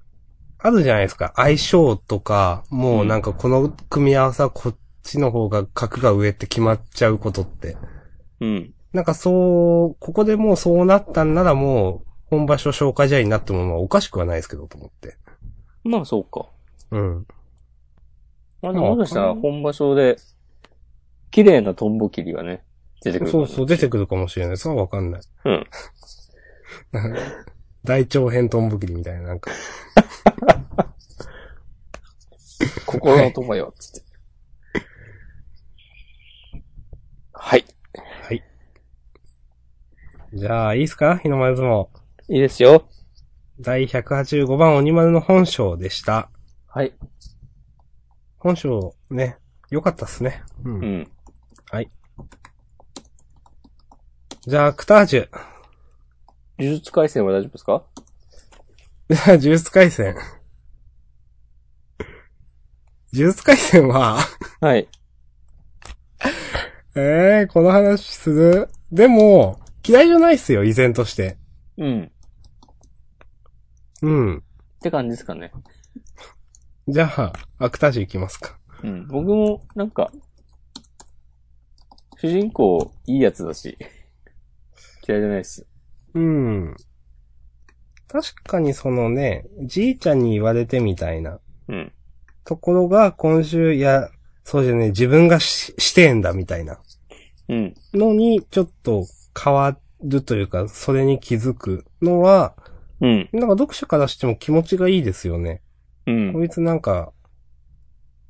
[SPEAKER 2] あるじゃないですか。相性とか、もうなんかこの組み合わせはこっちの方が格が上って決まっちゃうことって。
[SPEAKER 1] うん。
[SPEAKER 2] なんかそう、ここでもうそうなったんならもう、本場所紹介試合になってもまあおかしくはないですけどと思って。
[SPEAKER 1] まあそうか。
[SPEAKER 2] うん。
[SPEAKER 1] まあでも、
[SPEAKER 2] あ
[SPEAKER 1] もしかしたら
[SPEAKER 2] あ
[SPEAKER 1] 本場所で、綺麗なトンボ切りがね、出てくるか
[SPEAKER 2] そ
[SPEAKER 1] も
[SPEAKER 2] う
[SPEAKER 1] ね。
[SPEAKER 2] そう、出てくるかもしれない。そうはわかんない。
[SPEAKER 1] うん。
[SPEAKER 2] 大長編トンボ切りみたいな、なんか。
[SPEAKER 1] 心の友よ、つって。はい。
[SPEAKER 2] じゃあ、いいっすか日の丸相撲。
[SPEAKER 1] いいですよ。
[SPEAKER 2] 第185番鬼丸の本性でした。
[SPEAKER 1] はい。
[SPEAKER 2] 本性ね、良かったっすね。う。
[SPEAKER 1] うんん。
[SPEAKER 2] じゃあ、クタージュ。
[SPEAKER 1] 呪術回戦は大丈夫ですか
[SPEAKER 2] じゃあ、呪術回戦。呪術回戦は、
[SPEAKER 1] はい。
[SPEAKER 2] ええこの話する。でも、嫌いじゃないっすよ、依然として。
[SPEAKER 1] うん。
[SPEAKER 2] うん。
[SPEAKER 1] って感じですかね。
[SPEAKER 2] じゃあ、アクタージュ行きますか。
[SPEAKER 1] うん。僕も、なんか、主人公、いいやつだし、嫌いじゃないです。
[SPEAKER 2] うん。確かにそのね、じいちゃんに言われてみたいな
[SPEAKER 1] うん。
[SPEAKER 2] ところが今週、いや、そうじゃねえ、自分がししてんだみたいな
[SPEAKER 1] うん。
[SPEAKER 2] のにちょっと変わるというか、それに気づくのは、
[SPEAKER 1] うん。
[SPEAKER 2] なんか読者からしても気持ちがいいですよね。
[SPEAKER 1] うん。
[SPEAKER 2] こいつなんか、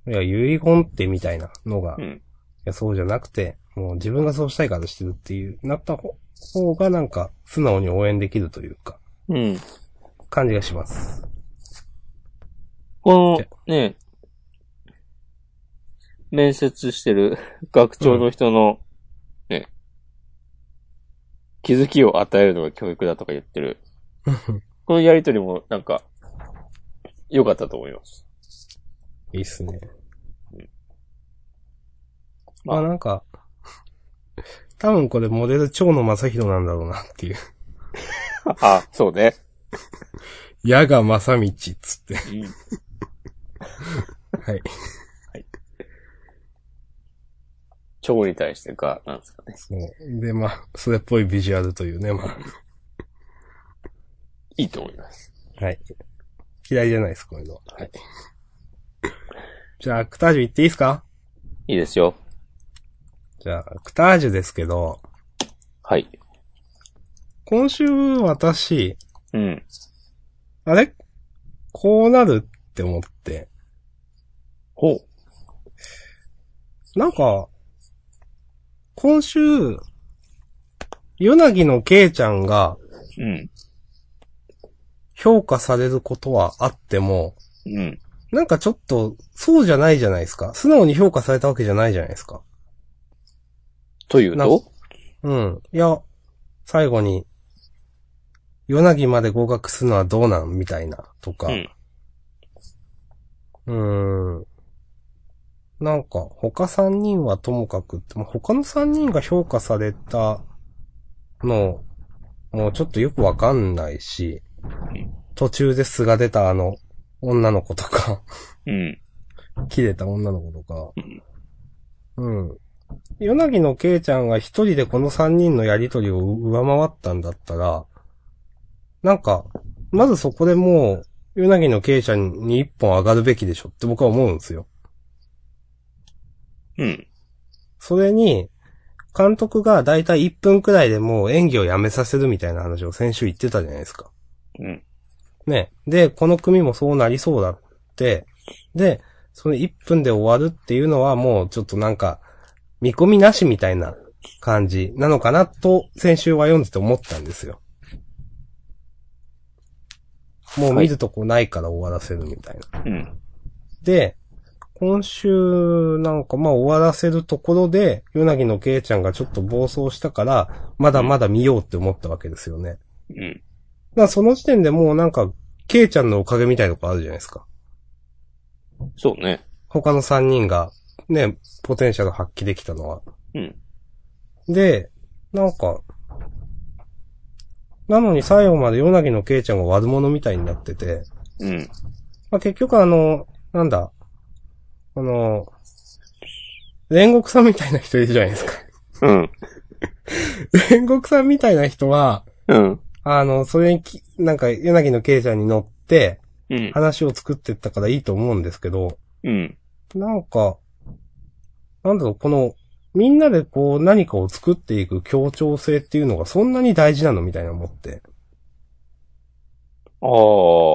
[SPEAKER 2] いや、遺言ってみたいなのが、
[SPEAKER 1] う
[SPEAKER 2] い
[SPEAKER 1] ん。
[SPEAKER 2] や、そうじゃなくて、もう自分がそうしたいからしてるっていう、なった方方がなんか素直に応援できるというか、
[SPEAKER 1] うん。
[SPEAKER 2] 感じがします。
[SPEAKER 1] この、ね、面接してる 学長の人の、ね、気づきを与えるのが教育だとか言ってる。このやりとりも、なんか、良かったと思います。
[SPEAKER 2] いいっすね。
[SPEAKER 1] ま
[SPEAKER 2] ま
[SPEAKER 1] あ
[SPEAKER 2] あなんか、 多分これモデル蝶野正宏なんだろうなっていう。
[SPEAKER 1] あ、そうね。
[SPEAKER 2] 矢が正道っつって。はい。
[SPEAKER 1] 蝶に対してか、なんですかね。
[SPEAKER 2] そう。で、まあ、それっぽいビジュアルというね、ま
[SPEAKER 1] いいと思います。
[SPEAKER 2] あ。はい。嫌いじゃないです、こういうのは。はい。じゃあ、アクタージュ行っていいですか
[SPEAKER 1] いいですよ。
[SPEAKER 2] じゃあ、アクタージュですけど、
[SPEAKER 1] はい。
[SPEAKER 2] 今週私、
[SPEAKER 1] うん。
[SPEAKER 2] あれこうなるって思って。
[SPEAKER 1] ほう。
[SPEAKER 2] なんか、今週、ヨナギのケイちゃんが
[SPEAKER 1] うん。
[SPEAKER 2] 評価されることはあっても、
[SPEAKER 1] うん。
[SPEAKER 2] なんかちょっと、そうじゃないじゃないですか。素直に評価されたわけじゃないじゃないですか。
[SPEAKER 1] という
[SPEAKER 2] な
[SPEAKER 1] と
[SPEAKER 2] うん。いや、最後に、ヨナギまで合格するのはどうなんみたいな、とか。
[SPEAKER 1] うん
[SPEAKER 2] うーん。なんか、他3人はともかくって、まあ他の3人が評価されたの、もうちょっとよくわかんないし、途中で素が出たあの、女の子とか、
[SPEAKER 1] うん。
[SPEAKER 2] 切れた女の子とか
[SPEAKER 1] うん、
[SPEAKER 2] うん。ヨナギのケイちゃんが一人でこの3人のやりとりを上回ったんだったら、なんか、まずそこでもう、ヨナギのケイちゃんに一本上がるべきでしょって僕は思うんですよ。
[SPEAKER 1] うん。
[SPEAKER 2] それに、監督がだいたい1分くらいでもう演技をやめさせるみたいな話を先週言ってたじゃないですか。
[SPEAKER 1] うん。
[SPEAKER 2] ね。で、この組もそうなりそうだって、で、その1分で終わるっていうのはもうちょっとなんか、見込みなしみたいな感じなのかなと、先週は読んでて思ったんですよ。もう見るとこないから終わらせるみたいな。
[SPEAKER 1] うん。
[SPEAKER 2] で、今週なんかまあ終わらせるところで、ヨナギのケイちゃんがちょっと暴走したから、まだまだ見ようって思ったわけですよね。
[SPEAKER 1] うん。
[SPEAKER 2] だからその時点でもうなんか、ケイちゃんのおかげみたいなとこあるじゃないですか。
[SPEAKER 1] そうね。
[SPEAKER 2] 他の3人が、ね、ポテンシャル発揮できたのは。
[SPEAKER 1] うん。
[SPEAKER 2] で、なんか、なのに最後までヨナギのケイちゃんが悪者みたいになってて、
[SPEAKER 1] うん。
[SPEAKER 2] まあ、結局あの、なんだ、あの、煉獄さんみたいな人いるじゃないですか。
[SPEAKER 1] うん。
[SPEAKER 2] 煉獄さんみたいな人は、
[SPEAKER 1] うん。
[SPEAKER 2] あの、それにき、なんか、柳の慶ちゃんに乗って、
[SPEAKER 1] うん。
[SPEAKER 2] 話を作ってったからいいと思うんですけど、
[SPEAKER 1] うん。
[SPEAKER 2] なんか、なんだろう、この、みんなでこう何かを作っていく協調性っていうのがそんなに大事なのみたいな思って。
[SPEAKER 1] ああ。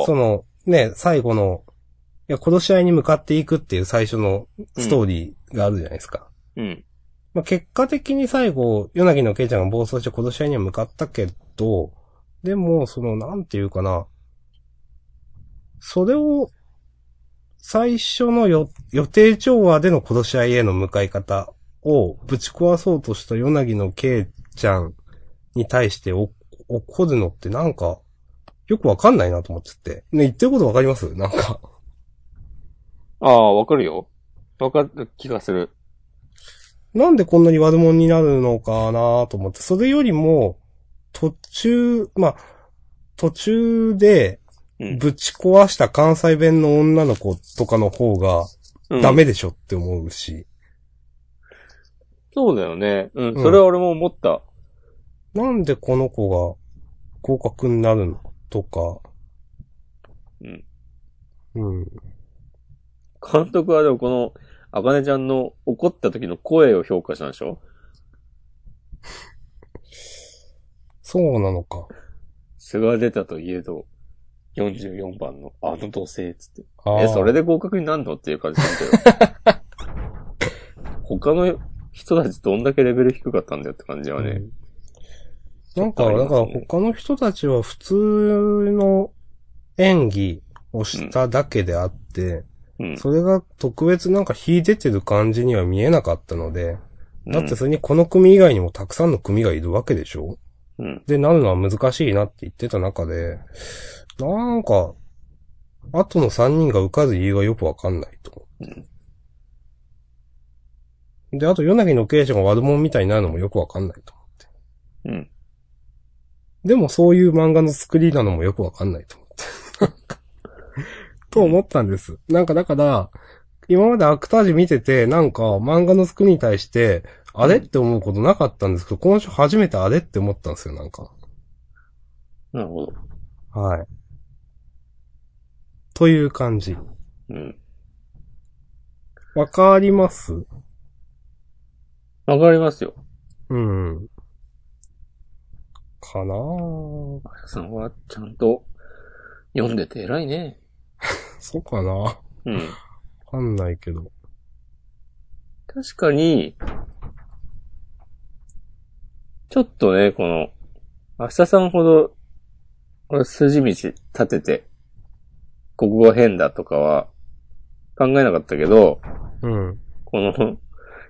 [SPEAKER 2] その、ね、最後の、いや、殺し合いに向かっていくっていう最初のストーリーがあるじゃないですか。
[SPEAKER 1] うん。
[SPEAKER 2] まあ、結果的に最後、ヨナギのケイちゃんが暴走して殺し合いには向かったけど、でも、その、なんていうかな、それを、最初のよ予定調和での殺し合いへの向かい方をぶち壊そうとしたヨナギのケイちゃんに対してお怒るのってなんか、よくわかんないなと思っちゃって。ね、言ってることわかりますなんか。
[SPEAKER 1] ああ、わかるよ。わかる気がする。
[SPEAKER 2] なんでこんなに悪者になるのかなと思って、それよりも、途中、まあ、途中で、
[SPEAKER 1] うん
[SPEAKER 2] ぶち壊した関西弁の女の子とかの方が、
[SPEAKER 1] うん
[SPEAKER 2] ダメでしょって思うし、
[SPEAKER 1] そうだよね。うん、
[SPEAKER 2] うん
[SPEAKER 1] それは俺も思った。
[SPEAKER 2] なんでこの子が合格になるのとか、
[SPEAKER 1] うん。
[SPEAKER 2] うん。
[SPEAKER 1] 監督はでもこの、あかねちゃんの怒った時の声を評価したんでしょ
[SPEAKER 2] そうなのか。
[SPEAKER 1] 素が出たといえど、44番のあの同性っつって。
[SPEAKER 2] あ
[SPEAKER 1] え、
[SPEAKER 2] ー
[SPEAKER 1] それで合格になんのっていう感じなんだよ。他の人たちどんだけレベル低かったんだよって感じはね。
[SPEAKER 2] うんなんか、
[SPEAKER 1] ちょっとありま
[SPEAKER 2] だ
[SPEAKER 1] す
[SPEAKER 2] から
[SPEAKER 1] ね
[SPEAKER 2] 他の人たちは普通の演技をしただけであって、
[SPEAKER 1] うん。
[SPEAKER 2] それが特別なんか秀でてる感じには見えなかったので、だって
[SPEAKER 1] うん
[SPEAKER 2] それにこの組以外にもたくさんの組がいるわけでしょ
[SPEAKER 1] うん。
[SPEAKER 2] で、なるのは難しいなって言ってた中で、なんか、後の3人が受かる理由がよくわかんないと。で、あと、夜なぎの経営者が悪者みたいになるのもよくわかんないと。
[SPEAKER 1] うん。
[SPEAKER 2] でもそういう漫画の作りなのもよくわかんないと思って。 と思ったんです。なんかだから、今までアクタージュ見てて、なんか漫画の作りに対して、あれって思うことなかったんですけど、今週初めてあれって思ったんですよ、なんか。
[SPEAKER 1] なるほど。
[SPEAKER 2] はい。という感じ。
[SPEAKER 1] うん。
[SPEAKER 2] わかります
[SPEAKER 1] わかりますよ。
[SPEAKER 2] うん。かなぁ。
[SPEAKER 1] あやさんはちゃんと読んでて偉いね。
[SPEAKER 2] そうかなわ
[SPEAKER 1] うん。
[SPEAKER 2] かんないけど。
[SPEAKER 1] 確かに、ちょっとね、この、明日さんほど、これ筋道立てて、ここが変だとかは考えなかったけど、
[SPEAKER 2] うん。
[SPEAKER 1] この、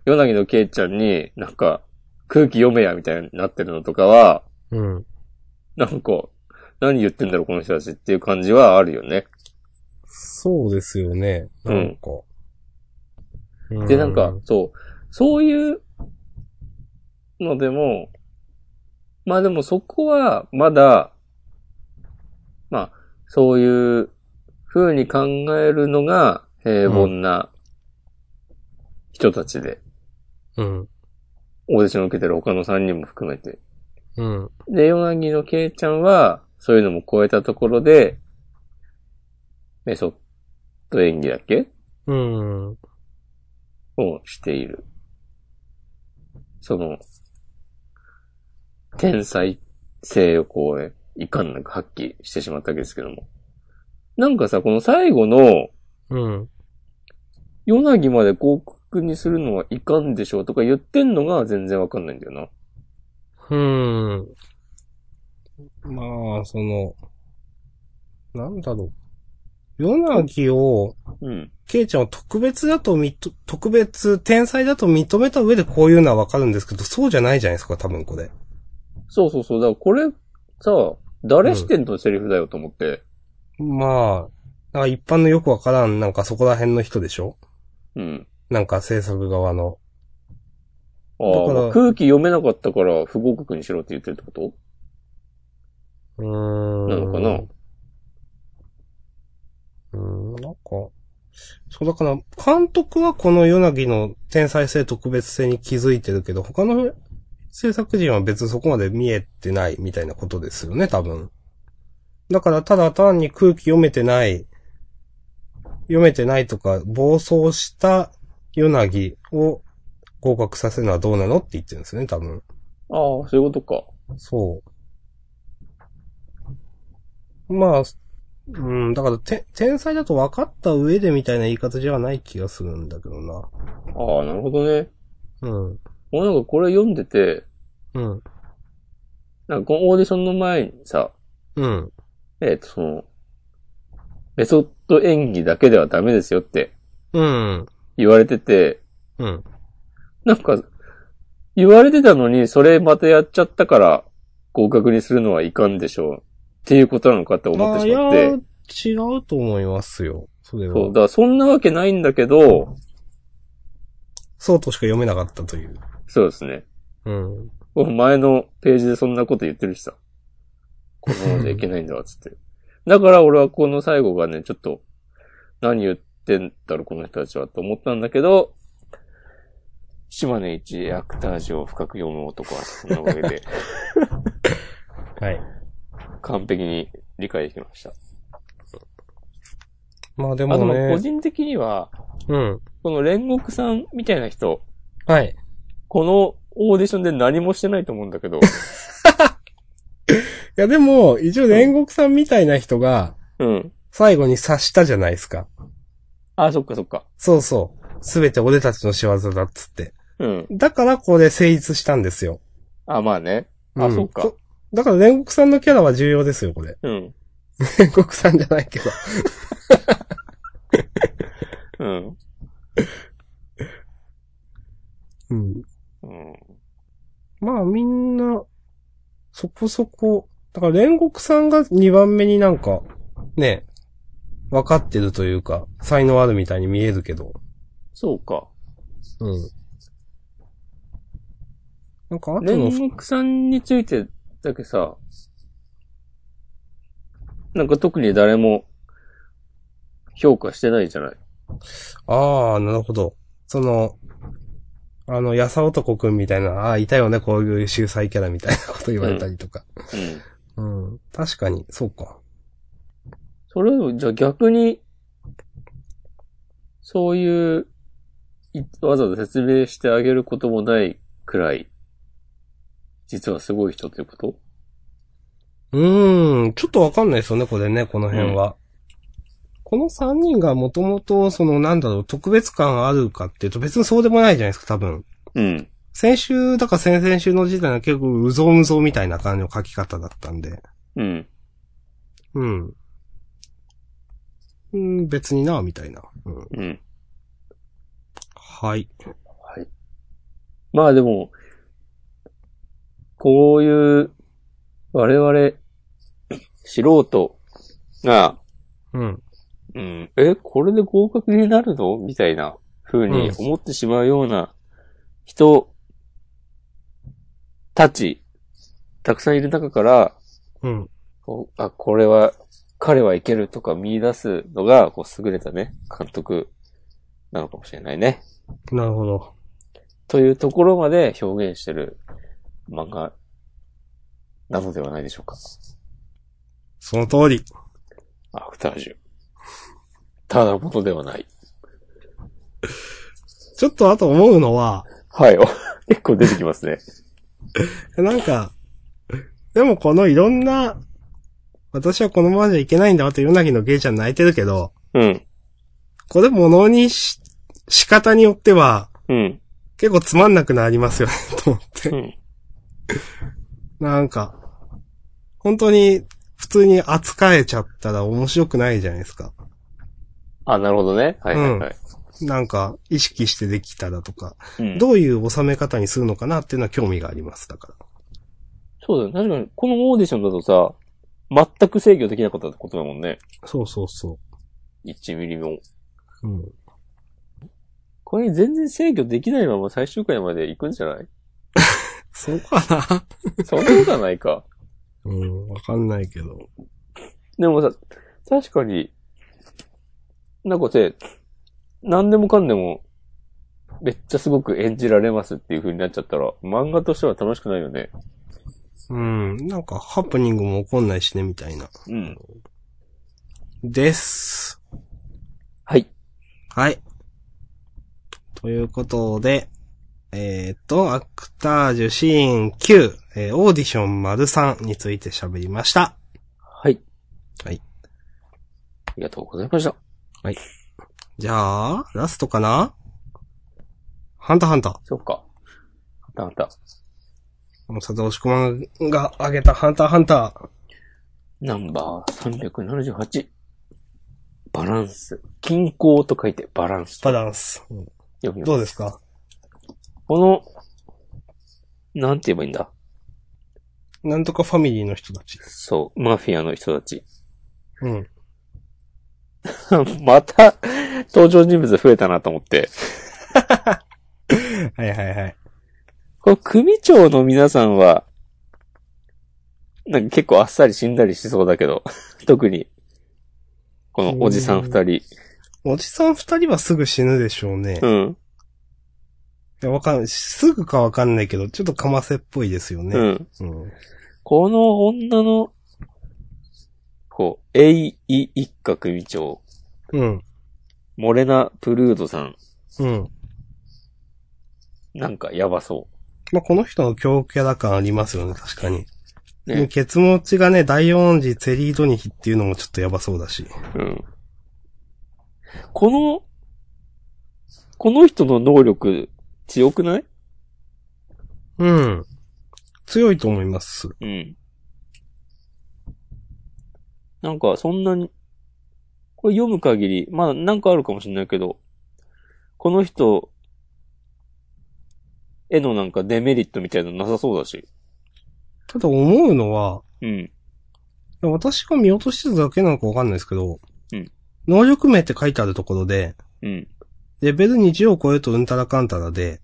[SPEAKER 1] ヨナギのケイちゃんになんか空気読めやみたいになってるのとかは、
[SPEAKER 2] うん。
[SPEAKER 1] なんか、何言ってんだろうこの人たちっていう感じはあるよね。
[SPEAKER 2] そうですよね。なんか。う
[SPEAKER 1] で、なんか、そう、そういうのでも、まあでもそこはまだ、まあ、そういう風に考えるのが平凡な人たちで、
[SPEAKER 2] うん。
[SPEAKER 1] オーディションを受けてる他の3人も含めて。
[SPEAKER 2] うん。
[SPEAKER 1] で、ヨナギのケイちゃんは、そういうのも超えたところで、メソッド演技だっけ
[SPEAKER 2] うん。
[SPEAKER 1] をしている。その、天才性をこうね、いかんなく発揮してしまったわけですけども。なんかさ、この最後の、
[SPEAKER 2] うん。
[SPEAKER 1] ヨナギまで広告にするのはいかんでしょうとか言ってんのが全然わかんないんだよな。
[SPEAKER 2] うん。まあ、その、なんだろう。ヨナギを、
[SPEAKER 1] うん。
[SPEAKER 2] ケイちゃんを特別だとみと、特別、天才だと認めた上でこういうのはわかるんですけど、そうじゃないじゃないですか、多分これ。
[SPEAKER 1] そうそうそう。だからこれ、さ、誰視点のセリフだよと思って。
[SPEAKER 2] まあ、なんか一般のよくわからん、なんかそこら辺の人でしょ
[SPEAKER 1] うん。
[SPEAKER 2] なんか制作側の。
[SPEAKER 1] ああ、
[SPEAKER 2] だから
[SPEAKER 1] まあ空気読めなかったから不合格にしろって言ってるってこと
[SPEAKER 2] うーん。
[SPEAKER 1] なのかな
[SPEAKER 2] うーん、なんか、そうだから、監督はこのヨナギの天才性特別性に気づいてるけど、他の制作人は別にそこまで見えてないみたいなことですよね、多分。だから、ただ単に空気読めてない、読めてないとか、暴走したヨナギを合格させるのはどうなのって言ってるんですよね、多分。
[SPEAKER 1] ああ、そういうことか。
[SPEAKER 2] そう。まあ、うん、だから、て、天才だと分かった上でみたいな言い方じゃない気がするんだけどな。
[SPEAKER 1] ああ、なるほどね。
[SPEAKER 2] うん。
[SPEAKER 1] 俺なんかこれ読んでて、
[SPEAKER 2] うん。
[SPEAKER 1] なんかこのオーディションの前にさ、
[SPEAKER 2] うん。
[SPEAKER 1] えっ、と、その、メソッド演技だけではダメですよって
[SPEAKER 2] うん。
[SPEAKER 1] 言われてて、
[SPEAKER 2] うん。
[SPEAKER 1] なんか、言われてたのに、それまたやっちゃったから、合格にするのはいかんでしょう。っていうことなのかって思っ
[SPEAKER 2] まあ、
[SPEAKER 1] て
[SPEAKER 2] い
[SPEAKER 1] し
[SPEAKER 2] や
[SPEAKER 1] まって。、
[SPEAKER 2] 違うと思いますよ。それは。
[SPEAKER 1] そう、だからそんなわけないんだけど、
[SPEAKER 2] そうとしか読めなかったという。
[SPEAKER 1] そうですね。
[SPEAKER 2] うん。
[SPEAKER 1] お前のページでそんなこと言ってるしさ。このままじゃいけないんだわ、つって。だから俺はこの最後がね、ちょっと、何言ってんだろ、この人たちは、と思ったんだけど、島根一アクタージを深く読む男は、そのおかげ で、
[SPEAKER 2] はい。
[SPEAKER 1] 完璧に理解できました。
[SPEAKER 2] まあで
[SPEAKER 1] あ
[SPEAKER 2] も
[SPEAKER 1] と、個
[SPEAKER 2] ね。
[SPEAKER 1] 人的には、
[SPEAKER 2] うん。
[SPEAKER 1] この煉獄さんみたいな人、
[SPEAKER 2] はい。
[SPEAKER 1] このオーディションで何もしてないと思うんだ けど、
[SPEAKER 2] いやでも、一応煉獄さんみたいな人が、
[SPEAKER 1] うん。
[SPEAKER 2] 最後に察したじゃないですか。
[SPEAKER 1] あ、そっかそっか。
[SPEAKER 2] そうそう。すべて俺たちの仕業だっつって。
[SPEAKER 1] うん。
[SPEAKER 2] だからこれ成立したんですよ。
[SPEAKER 1] あ、まあね。あ、
[SPEAKER 2] ん
[SPEAKER 1] そっか。。
[SPEAKER 2] だから煉獄さんのキャラは重要ですよ、こ れ。
[SPEAKER 1] うん。
[SPEAKER 2] 煉獄さんじゃないけど。
[SPEAKER 1] うん。
[SPEAKER 2] うん。
[SPEAKER 1] うん。
[SPEAKER 2] まあみんな、そこそこ、だから煉獄さんが2番目になんか、ね、分かってるというか、才能あるみたいに見えるけど。
[SPEAKER 1] そうか。
[SPEAKER 2] うん。なんかあとの、
[SPEAKER 1] 煉獄さんについてだけさ、なんか特に誰も評価してないじゃない。
[SPEAKER 2] ああ、なるほど。その、あの、やさ男くんみたいな、ああ、いたよね、こういう秀才キャラみたいなこと言われたりとか。
[SPEAKER 1] うん。
[SPEAKER 2] うん。確かに、そうか。
[SPEAKER 1] それを、じゃあ逆に、そういう、いわざわざ説明してあげることもないくらい、実はすごい人ということ
[SPEAKER 2] うーん、ちょっとわかんないですよね、これね、この辺は。この3人がもともと、その、なんだろう、特別感あるかっていうと、別にそうでもないじゃないですか、多分。
[SPEAKER 1] うん。
[SPEAKER 2] 先週、だから先々週の時代は結構、うぞうぞみたいな感じの書き方だったんで。
[SPEAKER 1] うん。
[SPEAKER 2] うん。うん、別にな、みたいな。うん。
[SPEAKER 1] うん。
[SPEAKER 2] はい。
[SPEAKER 1] はい。まあでも、こういう、我々、 素人が、
[SPEAKER 2] うん。
[SPEAKER 1] うん、え、これで合格になるのみたいな風に
[SPEAKER 2] うん
[SPEAKER 1] 思ってしまうような人たち、たくさんいる中から、
[SPEAKER 2] うん。
[SPEAKER 1] こうあ、これは、彼はいけるとか見出すのが、こう、優れたね、監督なのかもしれないね。
[SPEAKER 2] なるほど。
[SPEAKER 1] というところまで表現してる漫画なのではないでしょうか。
[SPEAKER 2] その通り。
[SPEAKER 1] アフタージュ。ただものではない。
[SPEAKER 2] ちょっとあと思うのは、
[SPEAKER 1] はい。 お結構出てきますね。
[SPEAKER 2] なんか、でもこのいろんな、私はこのままじゃいけないんだわって、ヨナギのゲイちゃん泣いてるけど、
[SPEAKER 1] うん。
[SPEAKER 2] これ物にし、仕方によっては、
[SPEAKER 1] うん。
[SPEAKER 2] 結構つまんなくなりますよね、と思って。
[SPEAKER 1] うん。
[SPEAKER 2] なんか、本当に、普通に扱えちゃったら面白くないじゃないですか。
[SPEAKER 1] あ、なるほどね。はいはいはい。
[SPEAKER 2] なんか、意識してできたらとか、
[SPEAKER 1] うん
[SPEAKER 2] どういう収め方にするのかなっていうのは興味があります、だから。
[SPEAKER 1] そうだよ。確かに、このオーディションだとさ、全く制御できなかったってことだもんね。
[SPEAKER 2] そうそうそ
[SPEAKER 1] 1ミリも。
[SPEAKER 2] う。うん。
[SPEAKER 1] これ全然制御できないまま最終回まで行くんじゃない
[SPEAKER 2] そうかな
[SPEAKER 1] そんなことはないか。
[SPEAKER 2] うん、わかんないけど。
[SPEAKER 1] でもさ、確かに、なんかて、何でもかんでも、めっちゃすごく演じられますっていう風になっちゃったら、漫画としては楽しくないよね。
[SPEAKER 2] うん。なんか、ハプニングも起こんないしね、みたいな。
[SPEAKER 1] うん。
[SPEAKER 2] です。
[SPEAKER 1] はい。
[SPEAKER 2] はい。ということで、えっ、と、アクタージュシーン9、えーオーディション丸3について喋りました。
[SPEAKER 1] はい。
[SPEAKER 2] はい。
[SPEAKER 1] ありがとうございました。
[SPEAKER 2] じゃあ、ラストかなハンターハンター。
[SPEAKER 1] そっか。あったあった。
[SPEAKER 2] この佐藤宿マンが挙げたハンターハンター。
[SPEAKER 1] ナンバー378。バランス。均衡と書いてバランスと
[SPEAKER 2] バランス。うん
[SPEAKER 1] 読みます。
[SPEAKER 2] どうですか
[SPEAKER 1] この、なんて言えばいいんだ
[SPEAKER 2] なんとかファミリーの人たち。
[SPEAKER 1] そう、マフィアの人たち。
[SPEAKER 2] うん。
[SPEAKER 1] また、登場人物増えたなと思って。
[SPEAKER 2] はいはいはい。
[SPEAKER 1] この組長の皆さんは、なんか結構あっさり死んだりしそうだけど、 特に、このおじさん二人。
[SPEAKER 2] おじさん二人はすぐ死ぬでしょうね。い
[SPEAKER 1] うん。
[SPEAKER 2] やわかん、すぐかわかんないけど、ちょっとかませっぽいですよね。
[SPEAKER 1] うん。
[SPEAKER 2] うん
[SPEAKER 1] この女の、こう、エイ・イ一家組長、
[SPEAKER 2] うん。
[SPEAKER 1] モレナ・プルードさん、
[SPEAKER 2] うん。
[SPEAKER 1] なんかやばそ
[SPEAKER 2] まあ、この人の強キャラ感ありますよね、確かに。
[SPEAKER 1] ね
[SPEAKER 2] でもケツ持ちがね、大音寺ツェリードニヒっていうのもちょっとやばそうだし。
[SPEAKER 1] う。うん。この、この人の能力、強くない
[SPEAKER 2] うん。強いと思います。
[SPEAKER 1] うん。なんか、そんなに、これ読む限り、まあ、なんかあるかもしれないけど、この人、絵のなんかデメリットみたいなのなさそうだし。
[SPEAKER 2] ただ思うのは、
[SPEAKER 1] うん。
[SPEAKER 2] 私が見落としてただけなのかわかんないですけど、
[SPEAKER 1] うん
[SPEAKER 2] 能力名って書いてあるところで、
[SPEAKER 1] うん。
[SPEAKER 2] レベル20を超えるとうんたらかんたらで、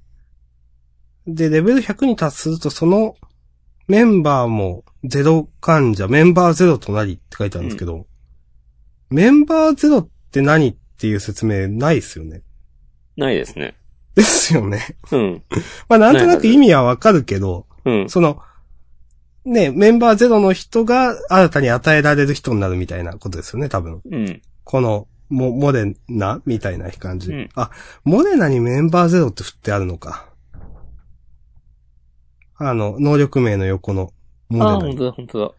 [SPEAKER 2] で、レベル100に達するとそのメンバーもゼロ患者、メンバーゼロとなりって書いてあるんですけど、メンバーゼロって何っていう説明ないですよね。
[SPEAKER 1] ないですね。
[SPEAKER 2] ですよね。
[SPEAKER 1] うん。
[SPEAKER 2] まあなんとなく意味はわかるけど、
[SPEAKER 1] うん。
[SPEAKER 2] その、ね、メンバーゼロの人が新たに与えられる人になるみたいなことですよね、多分。
[SPEAKER 1] うん。
[SPEAKER 2] この、も、モレナみたいな感じ。
[SPEAKER 1] うん
[SPEAKER 2] あ、モレナにメンバーゼロって振ってあるのか。あの、能力名の横の、
[SPEAKER 1] ああ、
[SPEAKER 2] モレナ
[SPEAKER 1] 本
[SPEAKER 2] に。
[SPEAKER 1] 当だ、本当だ。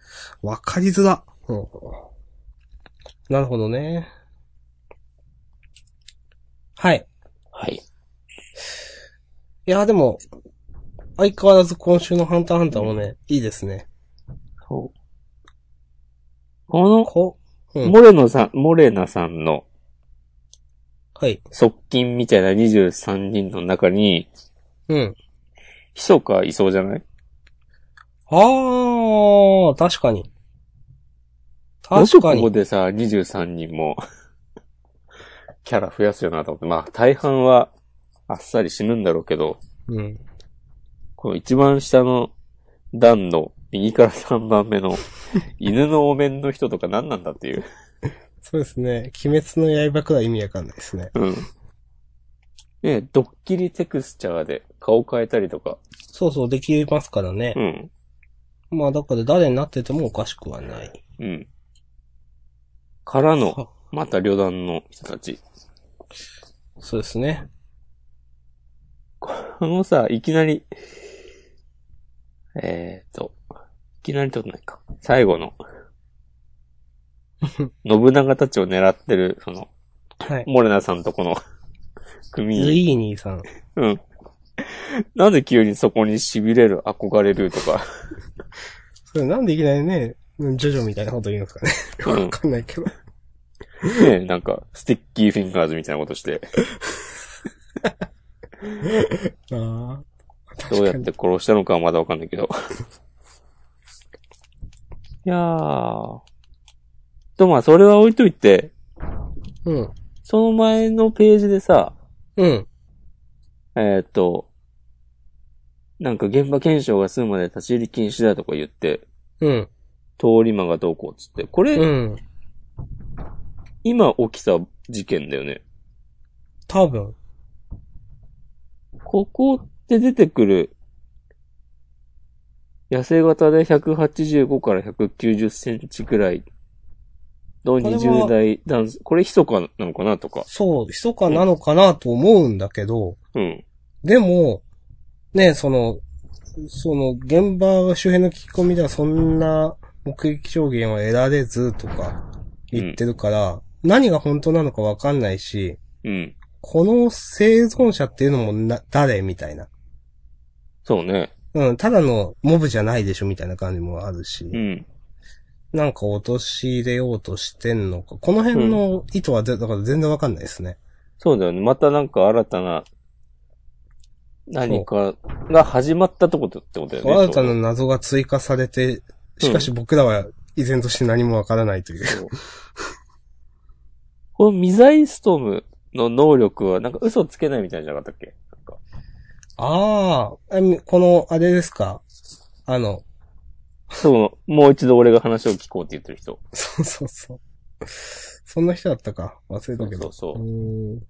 [SPEAKER 2] わかりづら。なるほどね。はい。
[SPEAKER 1] はい。
[SPEAKER 2] いや、でも、相変わらず今週のハンターハンターもね、いいですね。
[SPEAKER 1] そう。こ
[SPEAKER 2] こう、
[SPEAKER 1] の、
[SPEAKER 2] うん。
[SPEAKER 1] モレノさん、モレナさんの
[SPEAKER 2] はい。
[SPEAKER 1] 側近みたいな23人の中に、
[SPEAKER 2] うん。
[SPEAKER 1] ヒソカいそうじゃない
[SPEAKER 2] あー、確かに。確か
[SPEAKER 1] よくここ
[SPEAKER 2] に。
[SPEAKER 1] でさ、23人も、 キャラ増やすよなと思って。まあ、大半は、あっさり死ぬんだろうけど、
[SPEAKER 2] うん。
[SPEAKER 1] この一番下の段の右から3番目 の犬のお面の人とか何なんだっていう。
[SPEAKER 2] そうですね。鬼滅の刃くらい意味わかんないですね。
[SPEAKER 1] うん。ねドッキリテクスチャーで顔変えたりとか。
[SPEAKER 2] そうそう、できますからね
[SPEAKER 1] う。ん。
[SPEAKER 2] まあだから誰になっててもおかしくはない。
[SPEAKER 1] うん。からの、
[SPEAKER 2] は
[SPEAKER 1] また旅団の人たち。
[SPEAKER 2] そうですね。
[SPEAKER 1] このさ、いきなり、えーと、いきなりとないか。最後の、信長たちを狙ってる、その、
[SPEAKER 2] はい。
[SPEAKER 1] モレナさんとこの、組
[SPEAKER 2] ル
[SPEAKER 1] 員。
[SPEAKER 2] イーニーさん。
[SPEAKER 1] うん。なぜ急にそこに痺れる、憧れるとか。
[SPEAKER 2] それなんでいきなりね、うんジョジョみたいなこと言うんですかね。
[SPEAKER 1] うん
[SPEAKER 2] わかんないけど。
[SPEAKER 1] ねえなんか、スティッキーフィンガーズみたいなことして、
[SPEAKER 2] ああ。
[SPEAKER 1] どうやって殺したのかはまだわかんないけど。いやー。と、まあ、それは置いといて、
[SPEAKER 2] うん。
[SPEAKER 1] その前のページでさ、
[SPEAKER 2] うん。
[SPEAKER 1] えーっと、なんか現場検証が済むまで立ち入り禁止だとか言って、
[SPEAKER 2] うん。
[SPEAKER 1] 通り魔がどうこうっつって、これ、
[SPEAKER 2] うん。
[SPEAKER 1] 今起きた事件だよね。
[SPEAKER 2] 多分。
[SPEAKER 1] ここって出てくる、痩せ型で185から190センチくらいの
[SPEAKER 2] れは
[SPEAKER 1] 20代男性、これ密かなのかなとか。
[SPEAKER 2] そう、密かなのかなと思うんだけど、
[SPEAKER 1] うん。
[SPEAKER 2] でも、ね、その、その、現場周辺の聞き込みではそんな目撃証言は得られずとか言ってるから、何が本当なのかわかんないし、
[SPEAKER 1] うん。
[SPEAKER 2] この生存者っていうのもな、誰みたいな。
[SPEAKER 1] そうね。
[SPEAKER 2] うん、ただのモブじゃないでしょみたいな感じもあるし、
[SPEAKER 1] うん。
[SPEAKER 2] なんか落とし入れようとしてんのか。この辺の意図はぜ、だから全然わかんないですね。
[SPEAKER 1] そうだよね。またなんか新たな、何かが始まったとことってことだよね。
[SPEAKER 2] 新たな謎が追加されて、しかし僕らは依然として何もわからないという。
[SPEAKER 1] そうこのミザイストムの能力はなんか嘘つけないみたいじゃなかったっけなんか
[SPEAKER 2] ああ、えこの、あれですかあの、
[SPEAKER 1] その、もう一度俺が話を聞こうって言ってる人。
[SPEAKER 2] そうそうそう。そんな人だったか忘れたけ
[SPEAKER 1] そ
[SPEAKER 2] ど
[SPEAKER 1] う。そう
[SPEAKER 2] うーん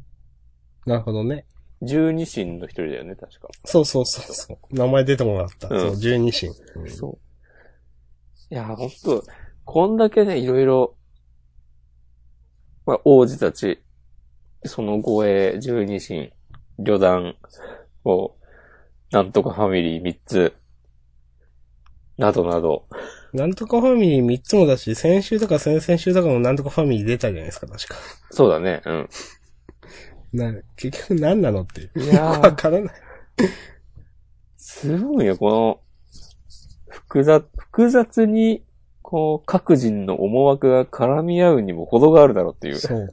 [SPEAKER 2] なるほどね。
[SPEAKER 1] 十二神の一人だよね、確か。
[SPEAKER 2] そうそうそうそう。名前出てもらった。
[SPEAKER 1] うん
[SPEAKER 2] そう、十二神。
[SPEAKER 1] そう。いや、ほんと、こんだけね、いろいろ、まあ、王子たち、その護衛、十二神、旅団を、なんとかファミリー三つ、などなど、
[SPEAKER 2] なんとかファミリー3つもだし、先週とか先々週とかもなんとかファミリー出たじゃないですか、確か。
[SPEAKER 1] そうだね、うん。
[SPEAKER 2] な、結局何なのって。
[SPEAKER 1] い
[SPEAKER 2] よくわからない。
[SPEAKER 1] すごいよ、この、複雑、複雑に、こう、各人の思惑が絡み合うにも程があるだろうっていう。
[SPEAKER 2] そう。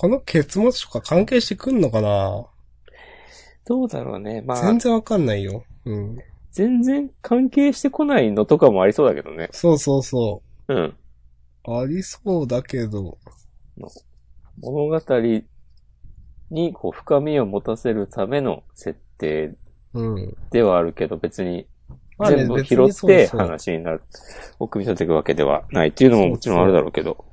[SPEAKER 2] この結末とか関係してくんのかな、
[SPEAKER 1] どうだろうね。まあ
[SPEAKER 2] 全、然わかんないよ。うん。
[SPEAKER 1] 全然関係してこないのとかもありそうだけどね。
[SPEAKER 2] そうそうそ
[SPEAKER 1] うん。
[SPEAKER 2] う。ありそうだけど。
[SPEAKER 1] 物語に、こう、深みを持たせるための設定
[SPEAKER 2] うん。
[SPEAKER 1] ではあるけど、別に、
[SPEAKER 2] まあね
[SPEAKER 1] 全部
[SPEAKER 2] 別
[SPEAKER 1] 拾
[SPEAKER 2] に
[SPEAKER 1] っ
[SPEAKER 2] そうそう
[SPEAKER 1] て話になる、を組み立てていくわけではないっていうのももちろんあるだろうけど。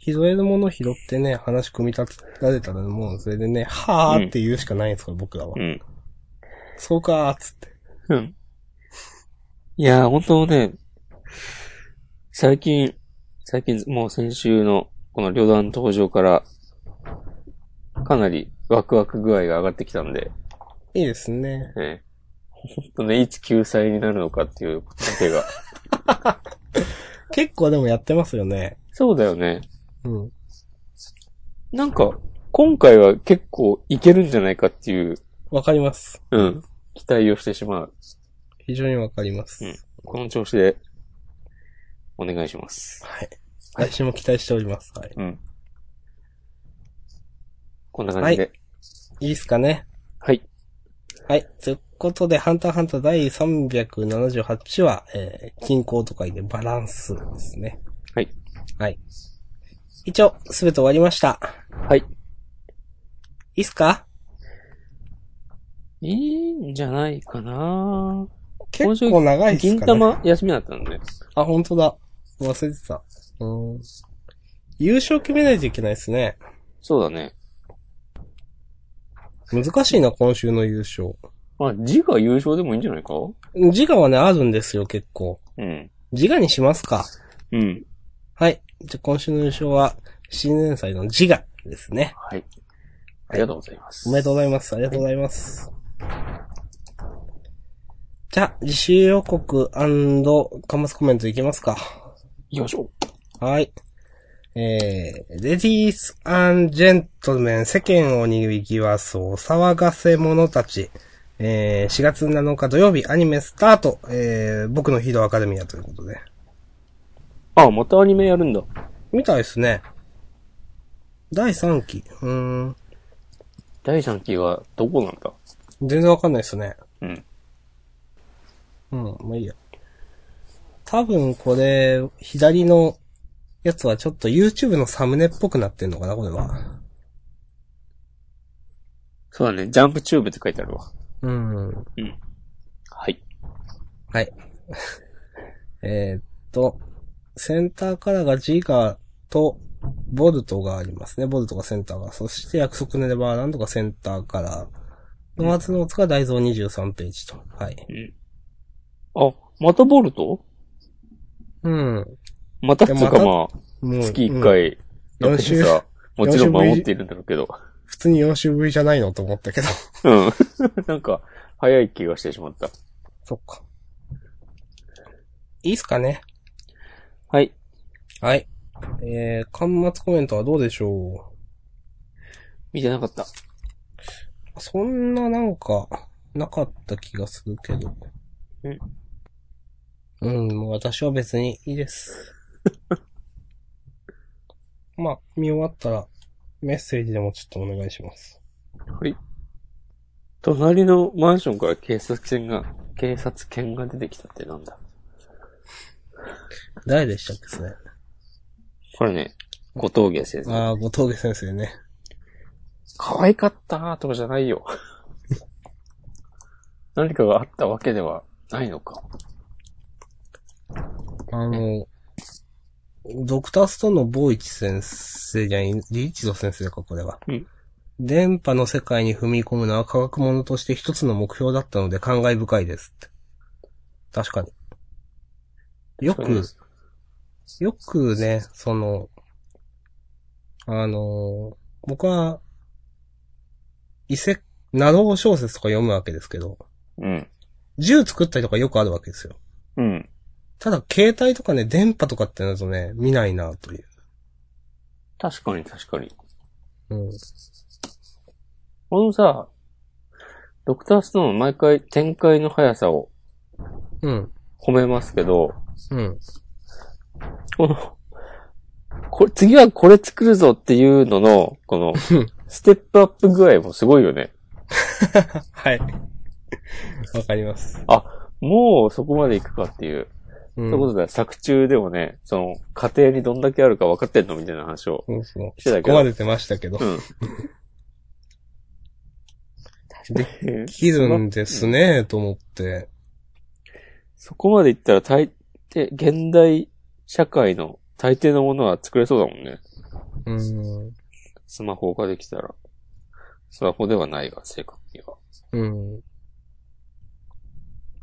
[SPEAKER 2] 拾えるもの拾ってね、話組み立てられたらもうそれでね、はーって言うしかないんですから、僕らは
[SPEAKER 1] う。ん。
[SPEAKER 2] そうかーっつって。
[SPEAKER 1] うん。いやー、本当ね、最近、最近、もう先週のこの旅団登場から、かなりワクワク具合が上がってきたんで、
[SPEAKER 2] いいですね。
[SPEAKER 1] ね、本当ね、いつ救済になるのかっていう手 が。
[SPEAKER 2] 結構でもやってますよね。
[SPEAKER 1] そうだよね。
[SPEAKER 2] うん。
[SPEAKER 1] なんか、今回は結構いけるんじゃないかっていう、
[SPEAKER 2] わかります。
[SPEAKER 1] うん、期待をしてしまう。
[SPEAKER 2] 非常にわかります。
[SPEAKER 1] うんこの調子で、お願いします。
[SPEAKER 2] はい。来週も期待しております。はい。
[SPEAKER 1] うん。こんな感じで。
[SPEAKER 2] いいですかね。
[SPEAKER 1] はい。
[SPEAKER 2] はい。ということで、ハンターハンター第378話、えー、均衡とかいでバランスですね。
[SPEAKER 1] はい。
[SPEAKER 2] はい。一応、すべて終わりました。
[SPEAKER 1] はい。
[SPEAKER 2] いいっすか
[SPEAKER 1] いいんじゃないかな今週
[SPEAKER 2] 結構長いっすかね。
[SPEAKER 1] 銀玉休みだったのね。
[SPEAKER 2] あ、本当だ。忘れてた。うん。優勝決めないといけないですね。
[SPEAKER 1] そうだね。
[SPEAKER 2] 難しいな、今週の優勝。
[SPEAKER 1] まあ、次が優勝でもいいんじゃないか
[SPEAKER 2] 自我はね、あるんですよ、結構。
[SPEAKER 1] うん。
[SPEAKER 2] 自我にしますか。
[SPEAKER 1] うん。
[SPEAKER 2] はい。じゃあ、今週の優勝は、新年祭の自我ですね。
[SPEAKER 1] はい。ありがとうございます。
[SPEAKER 2] おめでとうございます。ありがとうございます。じゃあ、自習予告カマスコメントいきますか。
[SPEAKER 1] よいしょ。
[SPEAKER 2] はい。えー、レディース・アン・ジェントルメン、世間を賑わすお騒がせ者たち。えー、4月7日土曜日、アニメスタート。えー、僕のヒーローアカデミアということで。
[SPEAKER 1] あ、またアニメやるんだ。
[SPEAKER 2] みたいですね。第3期。うーん。
[SPEAKER 1] 第3期はどこなんだ
[SPEAKER 2] 全然わかんないですね。
[SPEAKER 1] うん。
[SPEAKER 2] うん、まあいいや。多分これ、左のやつはちょっと YouTube のサムネっぽくなってんのかな、これは。
[SPEAKER 1] そうだね。ジャンプチューブって書いてあるわ。
[SPEAKER 2] うん。
[SPEAKER 1] はい。
[SPEAKER 2] はい。えーっと、センターからがジガーとボルトがありますね。ボルトがセンターが。そして約束のネバーランドがセンターから。ノアツノーツが大蔵23ページと。はい。
[SPEAKER 1] あ、またボルト
[SPEAKER 2] うん。
[SPEAKER 1] またっつう
[SPEAKER 2] いやま
[SPEAKER 1] か
[SPEAKER 2] た
[SPEAKER 1] まあ、
[SPEAKER 2] もう
[SPEAKER 1] 月1
[SPEAKER 2] うん
[SPEAKER 1] 回、
[SPEAKER 2] うん
[SPEAKER 1] だってさ、もちろん守っているんだろうけど。
[SPEAKER 2] 普通に4週ぶりじゃないのと思ったけど。
[SPEAKER 1] うん。なん か、早い気がしてしまった。
[SPEAKER 2] そっか。いいっすかね
[SPEAKER 1] はい。
[SPEAKER 2] はい。えー、端末コメントはどうでしょ
[SPEAKER 1] 見てなかった。
[SPEAKER 2] うそんななんか、なかった気がするけど。
[SPEAKER 1] うん。
[SPEAKER 2] うん、もう私は別にいいです。まあ、見終わったら、メッセージでもちょっとお願いします。
[SPEAKER 1] はい。隣のマンションから警察犬が、警察犬が出てきたってなんだ
[SPEAKER 2] 誰でしたっけ、それ。
[SPEAKER 1] これね、小峠先生。
[SPEAKER 2] ああ、後藤家先生ね。
[SPEAKER 1] 可愛かったーとかじゃないよ。 何かがあったわけではないのか。
[SPEAKER 2] あの、ドクターストーンの坊一先生じゃん、リーチド先生か、これは。
[SPEAKER 1] うん
[SPEAKER 2] 電波の世界に踏み込むのは科学者として一つの目標だったので感慨深いですって。確かに。よく、よくね、その、あの、僕は、異世、ナロー小説とか読むわけですけど、
[SPEAKER 1] うん。
[SPEAKER 2] 銃作ったりとかよくあるわけですよ。
[SPEAKER 1] うん。
[SPEAKER 2] ただ、携帯とかね、電波とかってなるとね、見ないなという。
[SPEAKER 1] 確かに確かに。
[SPEAKER 2] うん。
[SPEAKER 1] このさ、ドクターストーン毎回展開の速さを
[SPEAKER 2] うん。
[SPEAKER 1] 褒めますけど、
[SPEAKER 2] うん。
[SPEAKER 1] この、これ、次はこれ作るぞっていうのの、こ の、ステップアップ具合もすごいよね。
[SPEAKER 2] はい。わかります。
[SPEAKER 1] もうそこまで行くかっていう。
[SPEAKER 2] うん。
[SPEAKER 1] ということで、作中でもね、その、家庭にどんだけあるか分かってんのみたいな話を。
[SPEAKER 2] そうそう。
[SPEAKER 1] してたけ
[SPEAKER 2] ここま
[SPEAKER 1] ど。
[SPEAKER 2] で出ましたけ
[SPEAKER 1] う。
[SPEAKER 2] ど
[SPEAKER 1] ん。で
[SPEAKER 2] 切るんですね、と思って。
[SPEAKER 1] そこまで行ったら大抵、現代社会の大抵のものは作れそうだもんね。
[SPEAKER 2] うん。
[SPEAKER 1] スマホができたら。スマホではないが、正確には。
[SPEAKER 2] うん。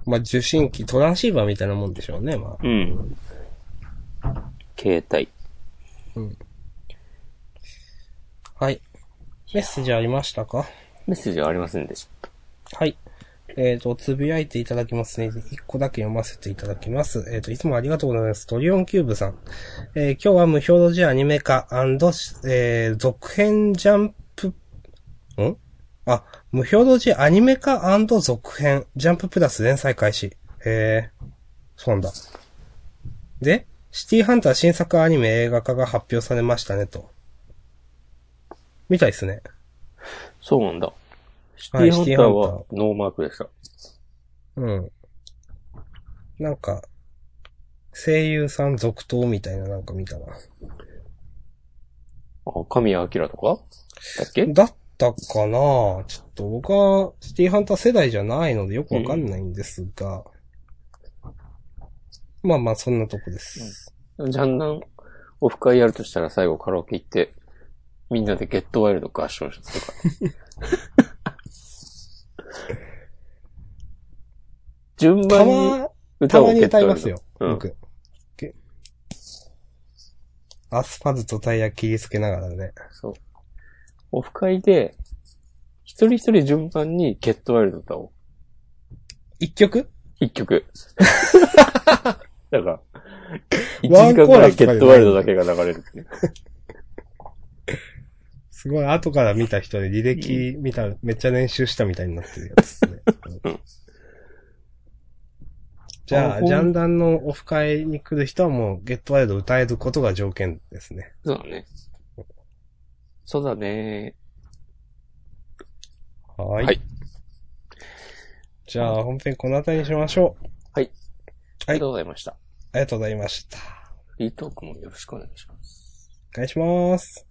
[SPEAKER 2] まあ、受信機、トランシーバーみたいなもんでしょうね、まあ。
[SPEAKER 1] うん。携帯。
[SPEAKER 2] はい。メッセージありましたか
[SPEAKER 1] メッセージはありませんでし
[SPEAKER 2] はい。えっ、と、つぶやいていただきますね。一個だけ読ませていただきます。えっ、と、いつもありがとうございます。トリオンキューブさん。えー今日は無表露時アニメ化、えー続編ジャンプ、んあ、無表露時アニメ化続編、ジャンププラス連載開始。えー、そうなんだ。で、シティハンター新作アニメ映画化が発表されましたね、と。みたいですね。
[SPEAKER 1] た。そうなんだ。シテ
[SPEAKER 2] はい
[SPEAKER 1] ィハンターはノーマークでした。
[SPEAKER 2] うん。なんか、声優さん続投みたいななんか見たな。
[SPEAKER 1] あ、神谷明とかだっけ
[SPEAKER 2] だったかなちょっと僕はシティハンター世代じゃないのでよくわかんないんですが。まあまあそんなとこです。
[SPEAKER 1] ジャンダン、オフ会やるとしたら最後カラオケ行って、みんなでゲットワイルド合唱するか ら。順
[SPEAKER 2] た
[SPEAKER 1] 番に
[SPEAKER 2] ま、た
[SPEAKER 1] 歌を
[SPEAKER 2] ま
[SPEAKER 1] ゲ
[SPEAKER 2] に
[SPEAKER 1] ット
[SPEAKER 2] 歌
[SPEAKER 1] ワイルド。
[SPEAKER 2] いますよ。
[SPEAKER 1] うん。
[SPEAKER 2] 僕。けアスパズとタイヤ切りつけながらね。
[SPEAKER 1] そう。オフ会で、一人一人順番にゲットワイルド歌を。
[SPEAKER 2] 一曲
[SPEAKER 1] 一曲。 だから、一
[SPEAKER 2] ワ
[SPEAKER 1] 時
[SPEAKER 2] ンコ
[SPEAKER 1] 間
[SPEAKER 2] ーラス
[SPEAKER 1] ぐらいゲットワイルドだけが流れるっていう。
[SPEAKER 2] すごい後から見た人で履歴見た、めっちゃ練習したみたいになってるやつですね。じゃ
[SPEAKER 1] あ
[SPEAKER 2] あ、
[SPEAKER 1] ほん
[SPEAKER 2] ジャンダンのオフ会に来る人はもう、ゲットワイルド歌えることが条件ですね。
[SPEAKER 1] そうだね。そうだね
[SPEAKER 2] はーい。
[SPEAKER 1] はい
[SPEAKER 2] じゃあ、本編この辺りにしましょう。
[SPEAKER 1] ありがとうございました。
[SPEAKER 2] ありがとうございました。
[SPEAKER 1] リートークもよろしくお願いします。
[SPEAKER 2] お願いします。